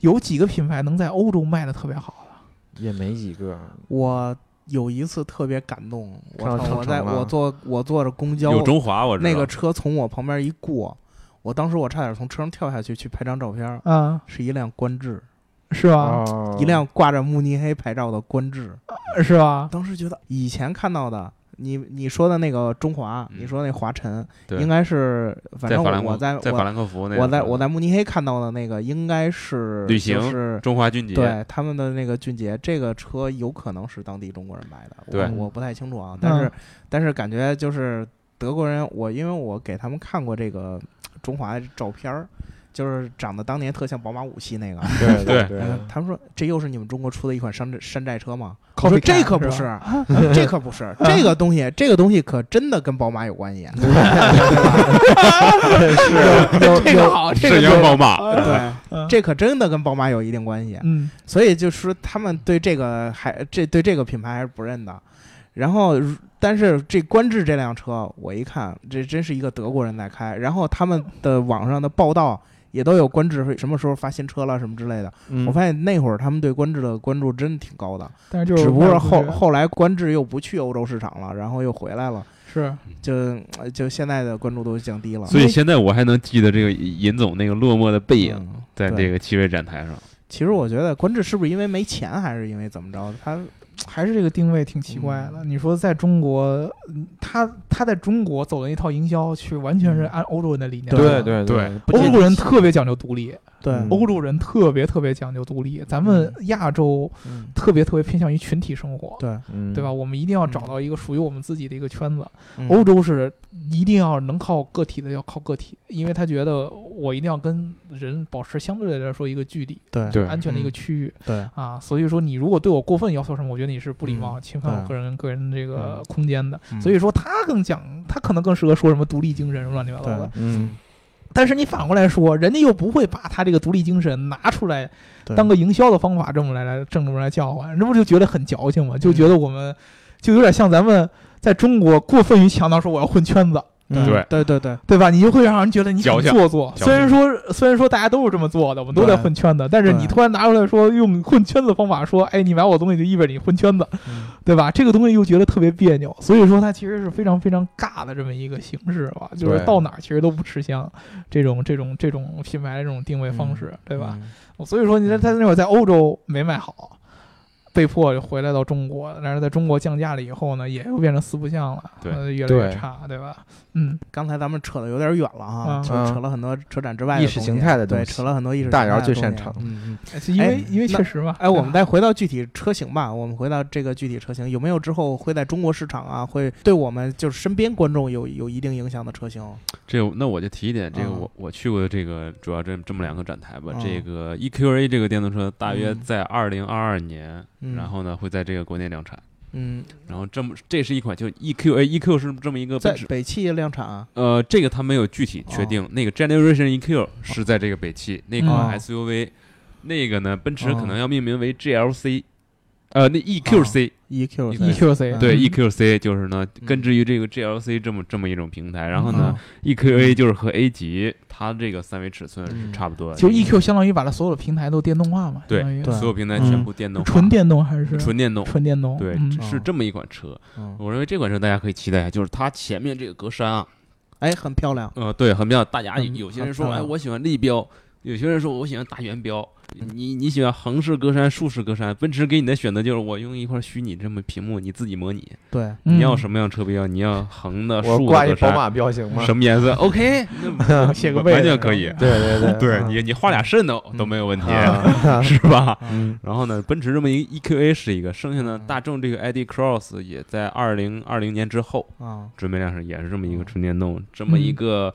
有几个品牌能在欧洲卖的特别好的？也没几个，我有一次特别感动，我看到操长我在城了我坐我坐着公交有，中华我知道。那个车从我旁边一过，我当时我差点从车上跳下去去拍张照片，啊，是一辆观致，是啊吧？哦一辆挂着慕尼黑牌照的观致，哦是吧？当时觉得以前看到的。你你说的那个中华，嗯你说那华晨，对应该是反在正法兰克我在在我法兰克福那个我在我在慕尼黑看到的那个应该是旅行就是中华俊杰，对他们的那个俊杰，这个车有可能是当地中国人买的，对我我不太清楚啊，但是、但是感觉就是德国人，我因为我给他们看过这个中华的照片儿，就是长得当年特像宝马五系那个，对对对嗯他们说这又是你们中国出的一款山寨山寨车吗？靠我说北看啊这可不是是， [LAUGHS] 这可不是，这个东西这个东西可真的跟宝马有关系，啊 [LAUGHS] 有这个好，这沈个阳宝好马， [LAUGHS] 对嗯，这可真的跟宝马有一定关系。嗯，所以就是说他们对这个还这对这个品牌还是不认的。然后如，但是这观致这辆车，我一看，这真是一个德国人在开。然后他们的网上的报道也都有观致什么时候发新车了什么之类的。嗯我发现那会儿他们对观致的关注真的挺高的，但是就是只不过卖是出后去后来观致又不去欧洲市场了，然后又回来了，是就就现在的关注度降低了。所以现在我还能记得这个尹总那个落寞的背影，嗯在对这个奇瑞展台上。其实我觉得观致是不是因为没钱，还是因为怎么着？他还是这个定位挺奇怪嗯的。你说在中国，嗯他他在中国走的那套营销，去完全是按欧洲人的理念来对的。对对，不欧仅洲人特别讲究独立，对嗯欧洲人特别特别讲究独立，咱们亚洲嗯特别特别偏向于群体生活，对，嗯对吧？？我们一定要找到一个属于我们自己的一个圈子。嗯欧洲是一定要能靠个体的，要靠个体，因为他觉得我一定要跟人保持相对来说一个距离，对嗯对安全的一个区域对，啊。所以说，你如果对我过分要求什么，我觉得你是不礼貌、嗯侵犯我对个人个人这个嗯空间的。嗯所以说，他更讲，他可能更适合说什么独立精神什么乱七八糟的对。嗯，但是你反过来说，人家又不会把他这个独立精神拿出来嗯对当个营销的方法这么来来正这么来叫唤，这不就觉得很矫嗯情吗？就觉得我们就有点像咱们在中国过分于强调说我要混圈子，嗯对对对对，对吧？你就会让人觉得你矫很情做作。矫情虽然说虽然说大家都是这么做的，我们都在对混圈子，但是你对突然拿出来说用混圈子的方法说，哎，你买我东西就意味着你混圈子，嗯对吧？这个东西又觉得特别别扭，所以说它其实是非常非常尬的这么一个形式吧，就是对到哪儿其实都不吃香，这种这种这种品嗯牌的这种定位方式，对吧？？所以说你在在那会儿在欧洲没卖好，被迫回来到中国，但是在中国降价了以后呢，也又变成四不像了，对呃越来越对差，对吧？嗯，刚才咱们扯的有点远了啊，嗯就扯了很多车展之外的意东识西形态的东对，西扯了很多意识形态大的姚最东擅西长嗯嗯。因为、哎因为那确实嘛，哎，我们对吧再回到具体车型吧，我们回到这个具体车型，有没有之后会在中国市场啊，会对我们就是身边观众有有一定影响的车型？这个那我就提一点，这个嗯我我去过的这个主要这这么两个展台吧嗯。这个 EQA 这个电动车大约嗯在二零二二年，嗯然后呢会在这个国内量产。嗯，然后这么这是一款就 E EQA，EQ 是这么一个在奔驰。北汽量产啊，呃，这个它没有具体确哦定。那个 Generation EQ 是在这个北汽那哦款 SUV，那个呢奔驰可哦能要命名为 GLC，呃，那，EQ 对 EQC 对，E 嗯 EQC 就是呢，嗯根植于这个 GLC 这么这么一种平台，然后呢、EQA 嗯就是和 A 级它这个三维尺寸是差不多的，嗯其实 E EQ 相当于把它所有的平台都电动化嘛，对相当于对所有平台全部电动化、嗯纯电动还是纯电动，纯电动？对，嗯这是这么一款车。嗯，我认为这款车大家可以期待一下，就是它前面这个格栅啊，哎，很漂亮，呃，对，很漂亮。大家有嗯有些人好说，漂哎，亮我喜欢立标；有些人说我喜欢大圆标。你你喜欢横式格栅、竖式格栅？奔驰给你的选择就是我用一块虚拟这么屏幕，你自己模拟。对，嗯你要什么样车标？你要横的、我竖挂嗯的一格宝栅，马标行吗？什 [LAUGHS] 么颜色？OK，那写个完位完置全可以。对对啊对 [LAUGHS] 啊对你，你画俩肾都都没有问题， [LAUGHS] 是吧？嗯然后呢，奔驰这么一 EQA 是一个，剩下呢嗯，大众这个 ID Cross 也在二零二零年之后啊，准备量产，也是这么嗯一个纯电动，这么一嗯个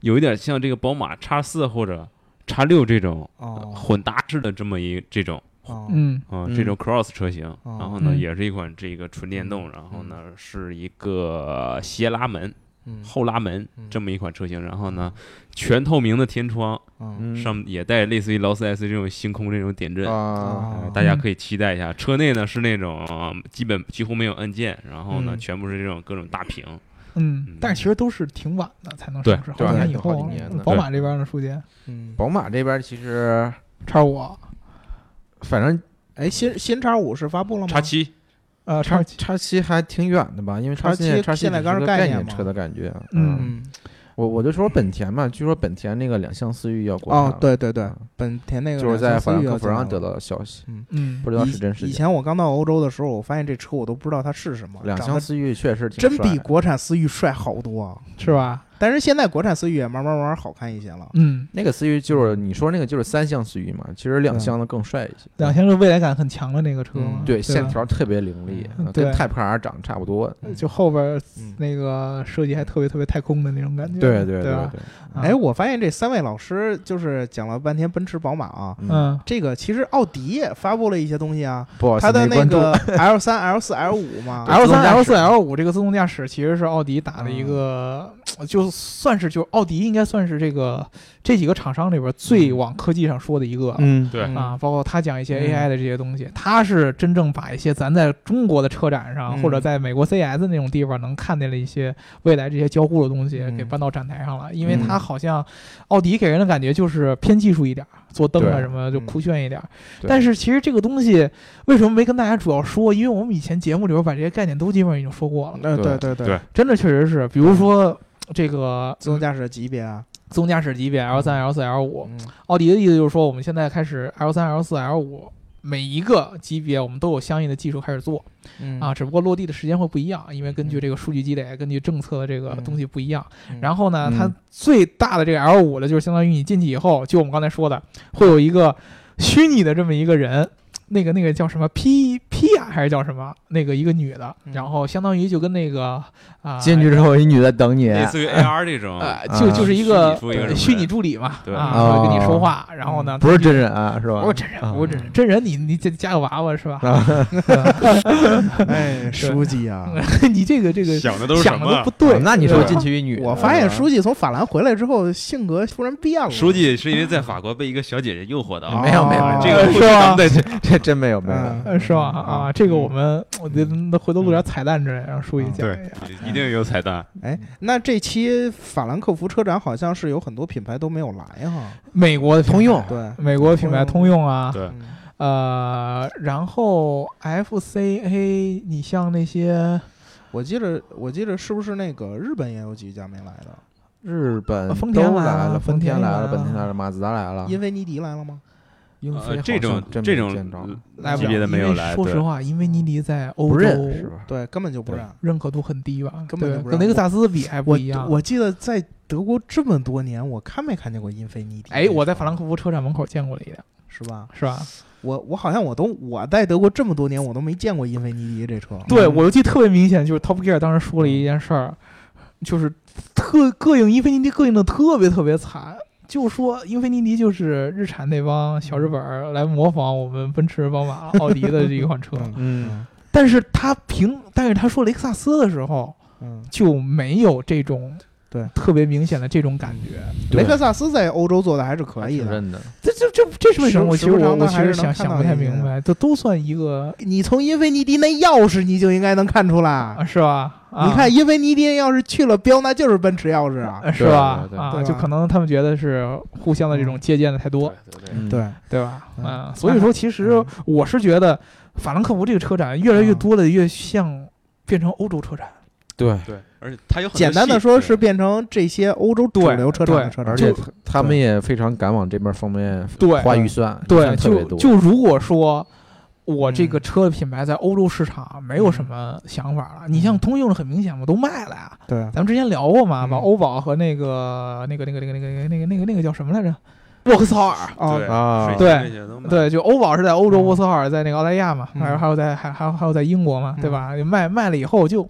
有一点像这个宝马 X 四或者 X 六这种呃哦，混搭式的这么一这种。哦，嗯啊、嗯这种 Cross 车型，哦然后呢，嗯也是一款这个纯电动，然后呢是一个斜拉门、嗯，后拉门嗯这么一款车型，然后呢，全透明的天窗，嗯，嗯上也带类似于劳斯莱斯这种星空这种点阵，啊，哦呃大家嗯可以期待一下。车内呢是那种呃基本几乎没有按键，然后呢嗯全部是这种各种大屏。嗯嗯，但是其实都是挺晚的才能上市，好对几对年以好几后年呢。宝马这边的数据，嗯，宝马这边其实叉五，反正哎，新新叉五是发布了吗？叉七，呃，叉叉七，叉七还挺远的吧，因为叉现在七叉七现在只刚是是个概概念念嘛车的感觉。啊嗯嗯，我我就说本田嘛，据说本田那个两厢思域要国产哦了，对对对嗯，本田那个就是在法兰两厢思克福域要上进得来了到的消息，嗯不知道以是真是以假。前我刚到欧洲的时候，我发现这车我都不知道它是什么，两长厢得思域确实挺真帅比的国产思域帅好多啊。是吧？但是现在国产思域也慢慢慢慢好看一些了。嗯，那个思域，就是你说那个就是三厢思域嘛，其实啊两厢的更帅一些。两厢是未来感很强的那个车嘛嗯，嗯对吧线条特别凌厉，嗯呃跟对 Type R 长得差不多。就后边嗯那个设计还特别特别太空的那种感觉，对对对吧，啊哎，我发现这三位老师就是讲了半天奔驰、宝马啊，嗯，嗯，这个其实奥迪也发布了一些东西啊，不好意思，它的没那哦关注个 [LAUGHS] L 三、L 四、L 五嘛 L 自动三、驾 L 驶嗯四、L 五这个自动驾驶其实是奥迪打的一个，就算是就奥迪应该算是这个这几个厂商里边最往科技上说的一个了。嗯对啊，包括他讲一些嗯 AI 的这些东西，他是真正把一些咱在中国的车展上、嗯或者在美国 CS 那种地方能看见的一些未来这些交互的东西嗯给搬到展台上了，因为嗯他好像奥迪给人的感觉就是偏技术一点儿，做灯啊对什么就嗯酷炫一点儿。对但是其实这个东西为什么没跟大家主要说？因为我们以前节目里边把这些概念都基本上已经说过了，呃，对对对对对真的确实是，比如说这个自动驾驶的级别啊，自动驾驶级别 L 三、L 四、L 五，嗯奥迪的意思就是说，我们现在开始 L 三、L 四、L 五每一个级别，我们都有相应的技术开始做嗯啊，只不过落地的时间会不一样，因为根据嗯这个数据积累，根据政策的这个嗯东西不一样。嗯然后呢，嗯它最大的这个 L 五呢，就是相当于你进去以后，就我们刚才说的，会有一个虚拟的这么一个人。那个那个叫什么 P P 啊，还是叫什么？那个一个女的，嗯然后相当于就跟那个啊、进去之后一女的等你，类似于 AR 这种，啊，啊就就是一个虚拟出一个对人虚拟助理嘛，对啊，会跟你说话，然后呢，嗯哦不是真人啊，是吧？不是真人，啊不是真人，真人你你再加个娃娃是吧？ [LAUGHS] 哎，书记啊， [LAUGHS] 你这个这个想的都是什想的么都不？对啊，那你说对吧进去一女的，我发现是吧书记从法兰回来之后性格突然变了， [LAUGHS] 书记是因为在法国被一个小姐姐诱惑啊到，没有没有没有这个是不是咱吧们在这真没有没有嗯。呃是吧？嗯啊，这个我们我觉得回头嗯录点彩蛋之类的，让书记讲一下。一定有彩蛋。哎，那这期法兰克福车展好像是有很多品牌都没有来哈。 [LAUGHS] 美国的品牌通用对，美国的品牌通通用啊，对嗯呃，然后 FCA，你像那些我记着，我记着是不是那个日本也有几家没来的？日本丰田都来来了了，丰丰田来来了，本田了啊来了，马自达来了，因为尼迪来了吗？英菲呃这种好像真这没种见着来不级别了，的因没有为来说对实话，因为尼迪在不欧洲嗯认是吧？对，根本就不对让。认可度很低吧？根本就对不跟让雷克萨斯比还不我一样。我记得在德国这么多年，我看没看见过英菲尼迪这车？哎，我在法兰克福车站门口见过了一辆，是吧？是吧？我我好像我都我在德国这么多年，我都没见过英菲尼迪这车。对，我就记得特别明显，就是 Top Gear 当时说了一件事儿，就是特膈应英菲尼迪膈应的特别特别惨，就说英菲尼迪就是日产那帮小日本儿来模仿我们奔驰、宝马、奥迪的这一款车， [LAUGHS] 嗯嗯，但是他评，但是他说雷克萨斯的时候嗯，就没有这种对特别明显的这种感觉，雷克萨斯在欧洲做的还是可以挺的。认的，这这这这是为什么？我嗯时其实时不我常的我其还是实能看想想到不太一些明白，这都算一个你从英菲尼迪那钥匙，你就应该能看出来。啊，是吧？啊你看，英菲尼迪要是去了标，那就是奔驰钥匙啊。呃是对吧对？对啊，对就吧可能他们觉得是互相的这种借鉴的太多，嗯，对，对吧？嗯啊，所以说其实我是觉得法兰克福这个车展越来越多的越像变成欧洲车展，对，对，而且它有很多简单的细说是变成这些欧洲主对流车厂的对车展，而就且他他们也非常敢往这边方面对花预算，预对，算特别就多，就如果说。我这个嗯车的品牌在欧洲市场没有什么想法了。你像嗯通用很明显嘛，都卖了呀。对，咱们之前聊过嘛，嗯把欧宝和那个、那个、那个、那个、那个、那个、那个、那个叫什么来着？沃克曹尔，哦对啊水对晶这些都买对，就欧宝是在欧洲，嗯沃斯浩尔在那个澳大利亚嘛，嗯还有还有在还还有还有在英国嘛，嗯对吧？卖卖了以后就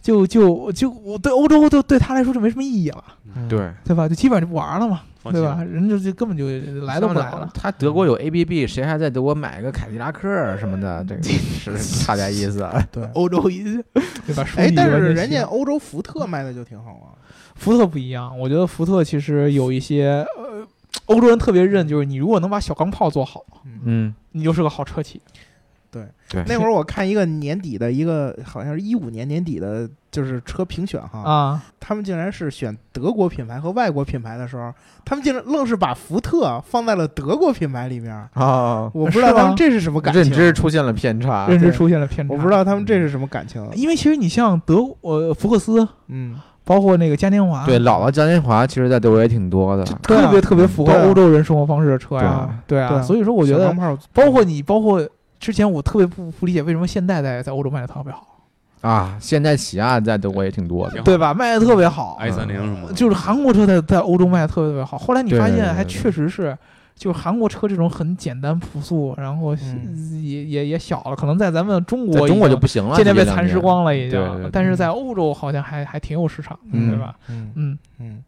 就就就我对欧洲就对他来说就没什么意义了，嗯，对，对吧？就基本上就不玩了嘛，放对弃吧？了人就就根本就来都不来了。他德国有 ABB，谁还在德国买个凯迪拉克啊什么的？这个 [LAUGHS] 是差点意思啊。对。欧洲一对 [LAUGHS] 吧？哎，但是人人家欧洲福特卖的就挺好啊。福特不一样，我觉得福特其实有一些呃，欧洲人特别认，就是你如果能把小钢炮做好，嗯，嗯，你就是个好车企。对，那会儿我看一个年底的一个，好像是一五年年底的，就是车评选哈，啊，他们竟然是选德国品牌和外国品牌的时候，他们竟然愣是把福特放在了德国品牌里面，啊，我不知道是吗他们这是什么感情，啊认知出现了偏差。哦认知对出现了偏差。我不知，道他们嗯这是什么感情。啊因为其实你像德呃福克斯，嗯，包括那个嘉年华，对，老了嘉年华其实在德国也挺多的。对啊特别特别符合对啊欧洲人生活方式的车对呀啊，对对啊，啊所以说我觉小得钢，炮包括你，包括之前我特别不不理解为什么现代在在欧洲卖的特别好，啊，现在起亚在德国也挺多的挺。对吧？卖的特别好， i 三零什么的，就是韩国车在在欧洲卖的特别特别好。后来你对发对对现还对确实是。就是韩国车这种很简单朴素，然后嗯也也也小了，可能在咱们中在国中国已就经不行了，渐渐被这两蚕食年。光了，已对对经对。但是在欧洲好像还还挺有市场，嗯对吧？嗯嗯，嗯，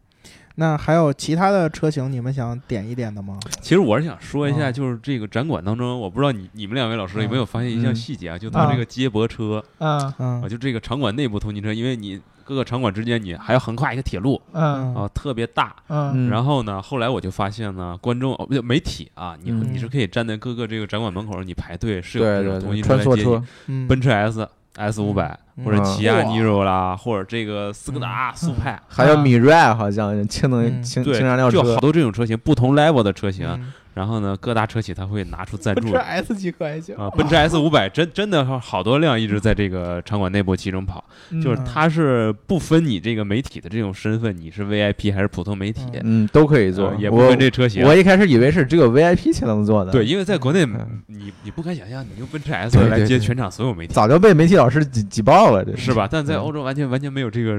那还有其他的车型你们想点一点的吗？其实我是想说一下，啊就是这个展馆当中，我不知道你你们两位老师有没有发现一项细节啊，就它啊这个接驳车嗯嗯啊，就这个场馆内部通勤车，因为你各个场馆之间你还要横跨一个铁路嗯啊，特别大。嗯嗯，然后呢，后来我就发现呢，观众哦不对，媒体啊，你嗯你是可以站在各个这个展馆门口，你排队是有对这种对东对，西穿来梭接车你，，嗯，奔驰 S。S 五百嗯或者啊起亚哇 Niro 啦，或者这个斯柯达速派， [LAUGHS] 还有米 r 好像氢能嗯氢啊对氢燃料，就车好。多这种车型，不同 level 的车型。嗯然后呢，各大车企它会拿出赞奔助驰 S 级可还行啊，奔驰 S 五百真真的好多辆一直在这个场馆内部集中跑，就是嗯它是不分你这个媒体的这种身份，你是 VIP 还是普通媒体，嗯嗯，都可以做呃。也不我分这车型我。一开始以为是只有 VIP 才能做的，对，，因为在国内嗯，你你不敢想象你用奔驰 S 对对来接对全场所有媒体，早就被媒体老师挤挤爆了，这是吧？但在嗯欧洲完全完全没有这个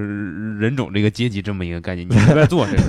人种、这个阶级这么一个概念，你随便做这个，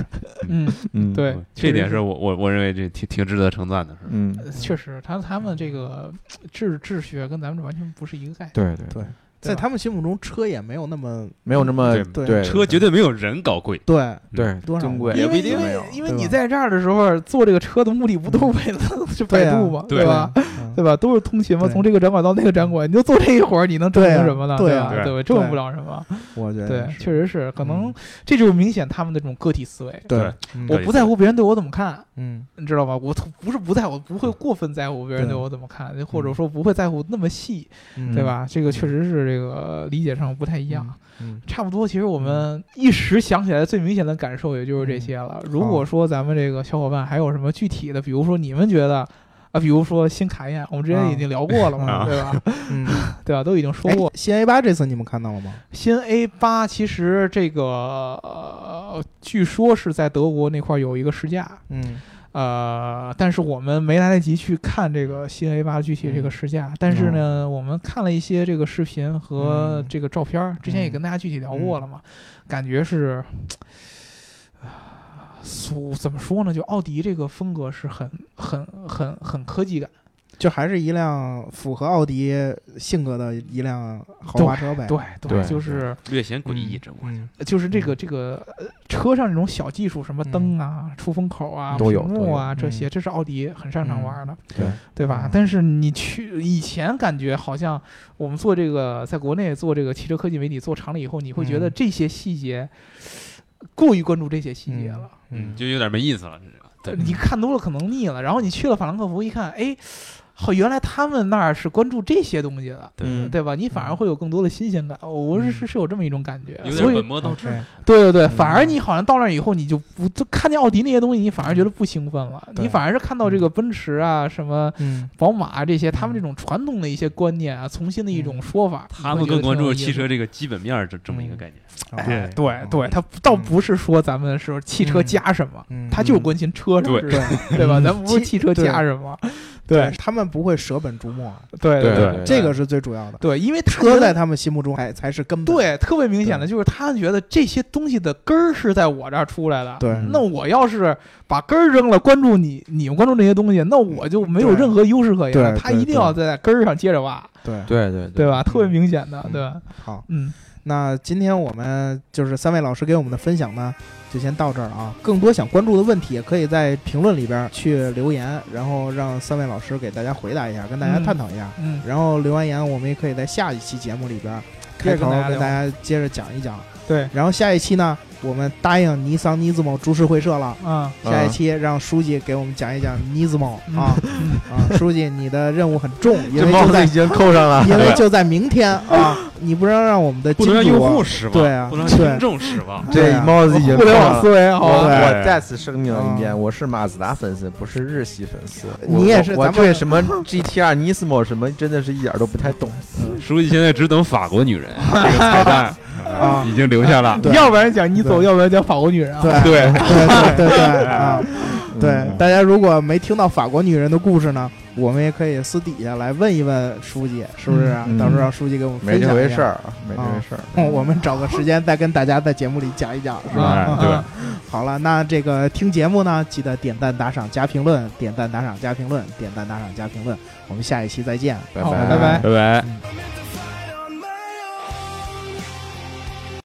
嗯， [LAUGHS] 嗯，，对， [LAUGHS] 这点是是，我我我认为这挺挺值得称赞的，是吧。嗯，确实，他他们这个治治学跟咱们完全不是一个概念。对对对，对在吧他们心目中车也没有那么没有那么对对车绝对没有人搞贵，对啊对多少珍贵，因也不为一定因没有为因为对吧嗯你在这儿的时候做这个车的目的不都是为了 [LAUGHS] 是对百啊度嘛，对吧？？嗯 [LAUGHS] 对吧？都是通勤嘛，对从这个展馆到那个展馆，你就坐这一会儿，你能证对明啊什么呢？对啊吧？对对吧？证明对不了什么。我觉得对也，是确实是，可能嗯这就是明显他们的这种个体思维。对对，嗯我不在乎别人对我怎么看，嗯你知道吧？我不是不在乎，不会过分在乎别人对对我怎么看，或者说不会在乎那么细，嗯对？吧？这个确实是这个理解上不太一样。嗯，差不多，其实我们一时想起来最明显的感受也就是嗯这些了。如果说咱们这个小伙伴还有什么具体的，比如说你们觉得。啊，比如说新卡宴，我们之前已经聊过了嘛，啊对吧？ [LAUGHS] 嗯，对吧？都已经说 [LAUGHS] 哎过。，新 A 八这次你们看到了吗？新 A 八其实这个、呃据说是在德国那块儿有一个试驾，嗯呃，但是我们没来得及去看这个新 A 八具体这个试驾，但是呢，我们看了一些这个视频和嗯这个照片儿，之前也嗯跟大家具体聊过了嘛，感觉是，啊，俗怎么说呢？就奥迪这个风格是很很很很科技感，就还是一辆符合奥迪性格的一辆豪华车呗。对对就是略显诡异，这我嗯，就是这个这个呃车上这种小技术，什么灯啊、出风口啊、都有屏幕啊都有这些，这是奥迪很擅长玩的，对对吧嗯？但是你去以前感觉好像我们做这个，在国内做这个汽车科技媒体做长了以后，你会觉得嗯这些细节过于关注这些细节了。呃嗯，嗯，就有点没意思了。对你看多了可能腻了，然后你去了法兰克福一看，哎，好，原来他们那儿是关注这些东西的，对，嗯对吧？你反而会有更多的新鲜感。哦我是是是有这么一种感觉，有所点以本末倒置。对，嗯对对对，反而你好像到那儿以后，你就不就看见奥迪那些东西，你反而觉得不兴奋了，对你反而是看到这个奔驰啊、什么嗯，宝马啊这些，他们这种传统的一些观念啊，重新的一种说法，他你们会觉更得关挺有注意思汽车。这个基本面儿这这么一个概念。哎，对，对对，他倒不是说咱们是汽车加什么，嗯他就是关心车上对是对 [LAUGHS] 吧，嗯对吧？咱们不是汽汽车加什么，对他们不会舍本逐末，啊对对对对这个是最主要的。对，因为他觉车得在他们心目中才才是根本。对特别明显的就是他觉得这些东西的根儿是在我这儿出来的，对，那我要是把根儿扔了，关注你，你们关注这些东西，那我就没有对任何优势可言了。对他对一定要在根儿上接着挖，对对对对？吧？特别嗯明显的，嗯对吧？好，嗯，那今天我们就是三位老师给我们的分享呢，就先到这儿啊。更多想关注的问题，也可以在评论里边去留言，然后让三位老师给大家回答一下，跟大家嗯探讨一下。嗯，然后留完言，我们也可以在下一期节目里边开头接着跟大家聊跟大家接着讲一讲。对，然后下一期呢，我们答应尼桑尼兹某株式会社了。啊，嗯下一期让书记给我们讲一讲尼兹某啊嗯 [LAUGHS] 啊，书记你的任务很重，因这为帽就子在已经扣上了，因为就在明天 [LAUGHS] 啊，你不能让我们的不金能让主用户失望，对啊不能让对听众失望。 [LAUGHS] 对这啊帽子已经扣互联上网了思。维，[LAUGHS] 好哦我吧？我对再次声明一遍，嗯我是马自达粉丝，不是日系粉丝。你我也我是我咱们对什么 GTR、Nismo 什么，真的是一点儿都不太懂。书记现在只等法国女人这个彩蛋啊已经留下了。对要不然讲你走，对要不然讲法国女人啊。对对， [LAUGHS] 对对对 [LAUGHS] 对啊！对嗯，大家如果没听到法国女人的故事呢，我们也可以私底下来问一问书记，是不是啊？嗯到时候让书记给我们没 [LAUGHS] 分这享回一事下。哦儿，啊没这回事儿。 [LAUGHS] 我们找个时间再跟大家在节目里讲一讲，是吧？啊，对啊好了，那这个听节目呢，记得点赞、打赏、加评论，点赞、打赏、加评论，点赞、打赏、加评论。我们下一期再见。拜好拜拜拜拜拜。 I'm in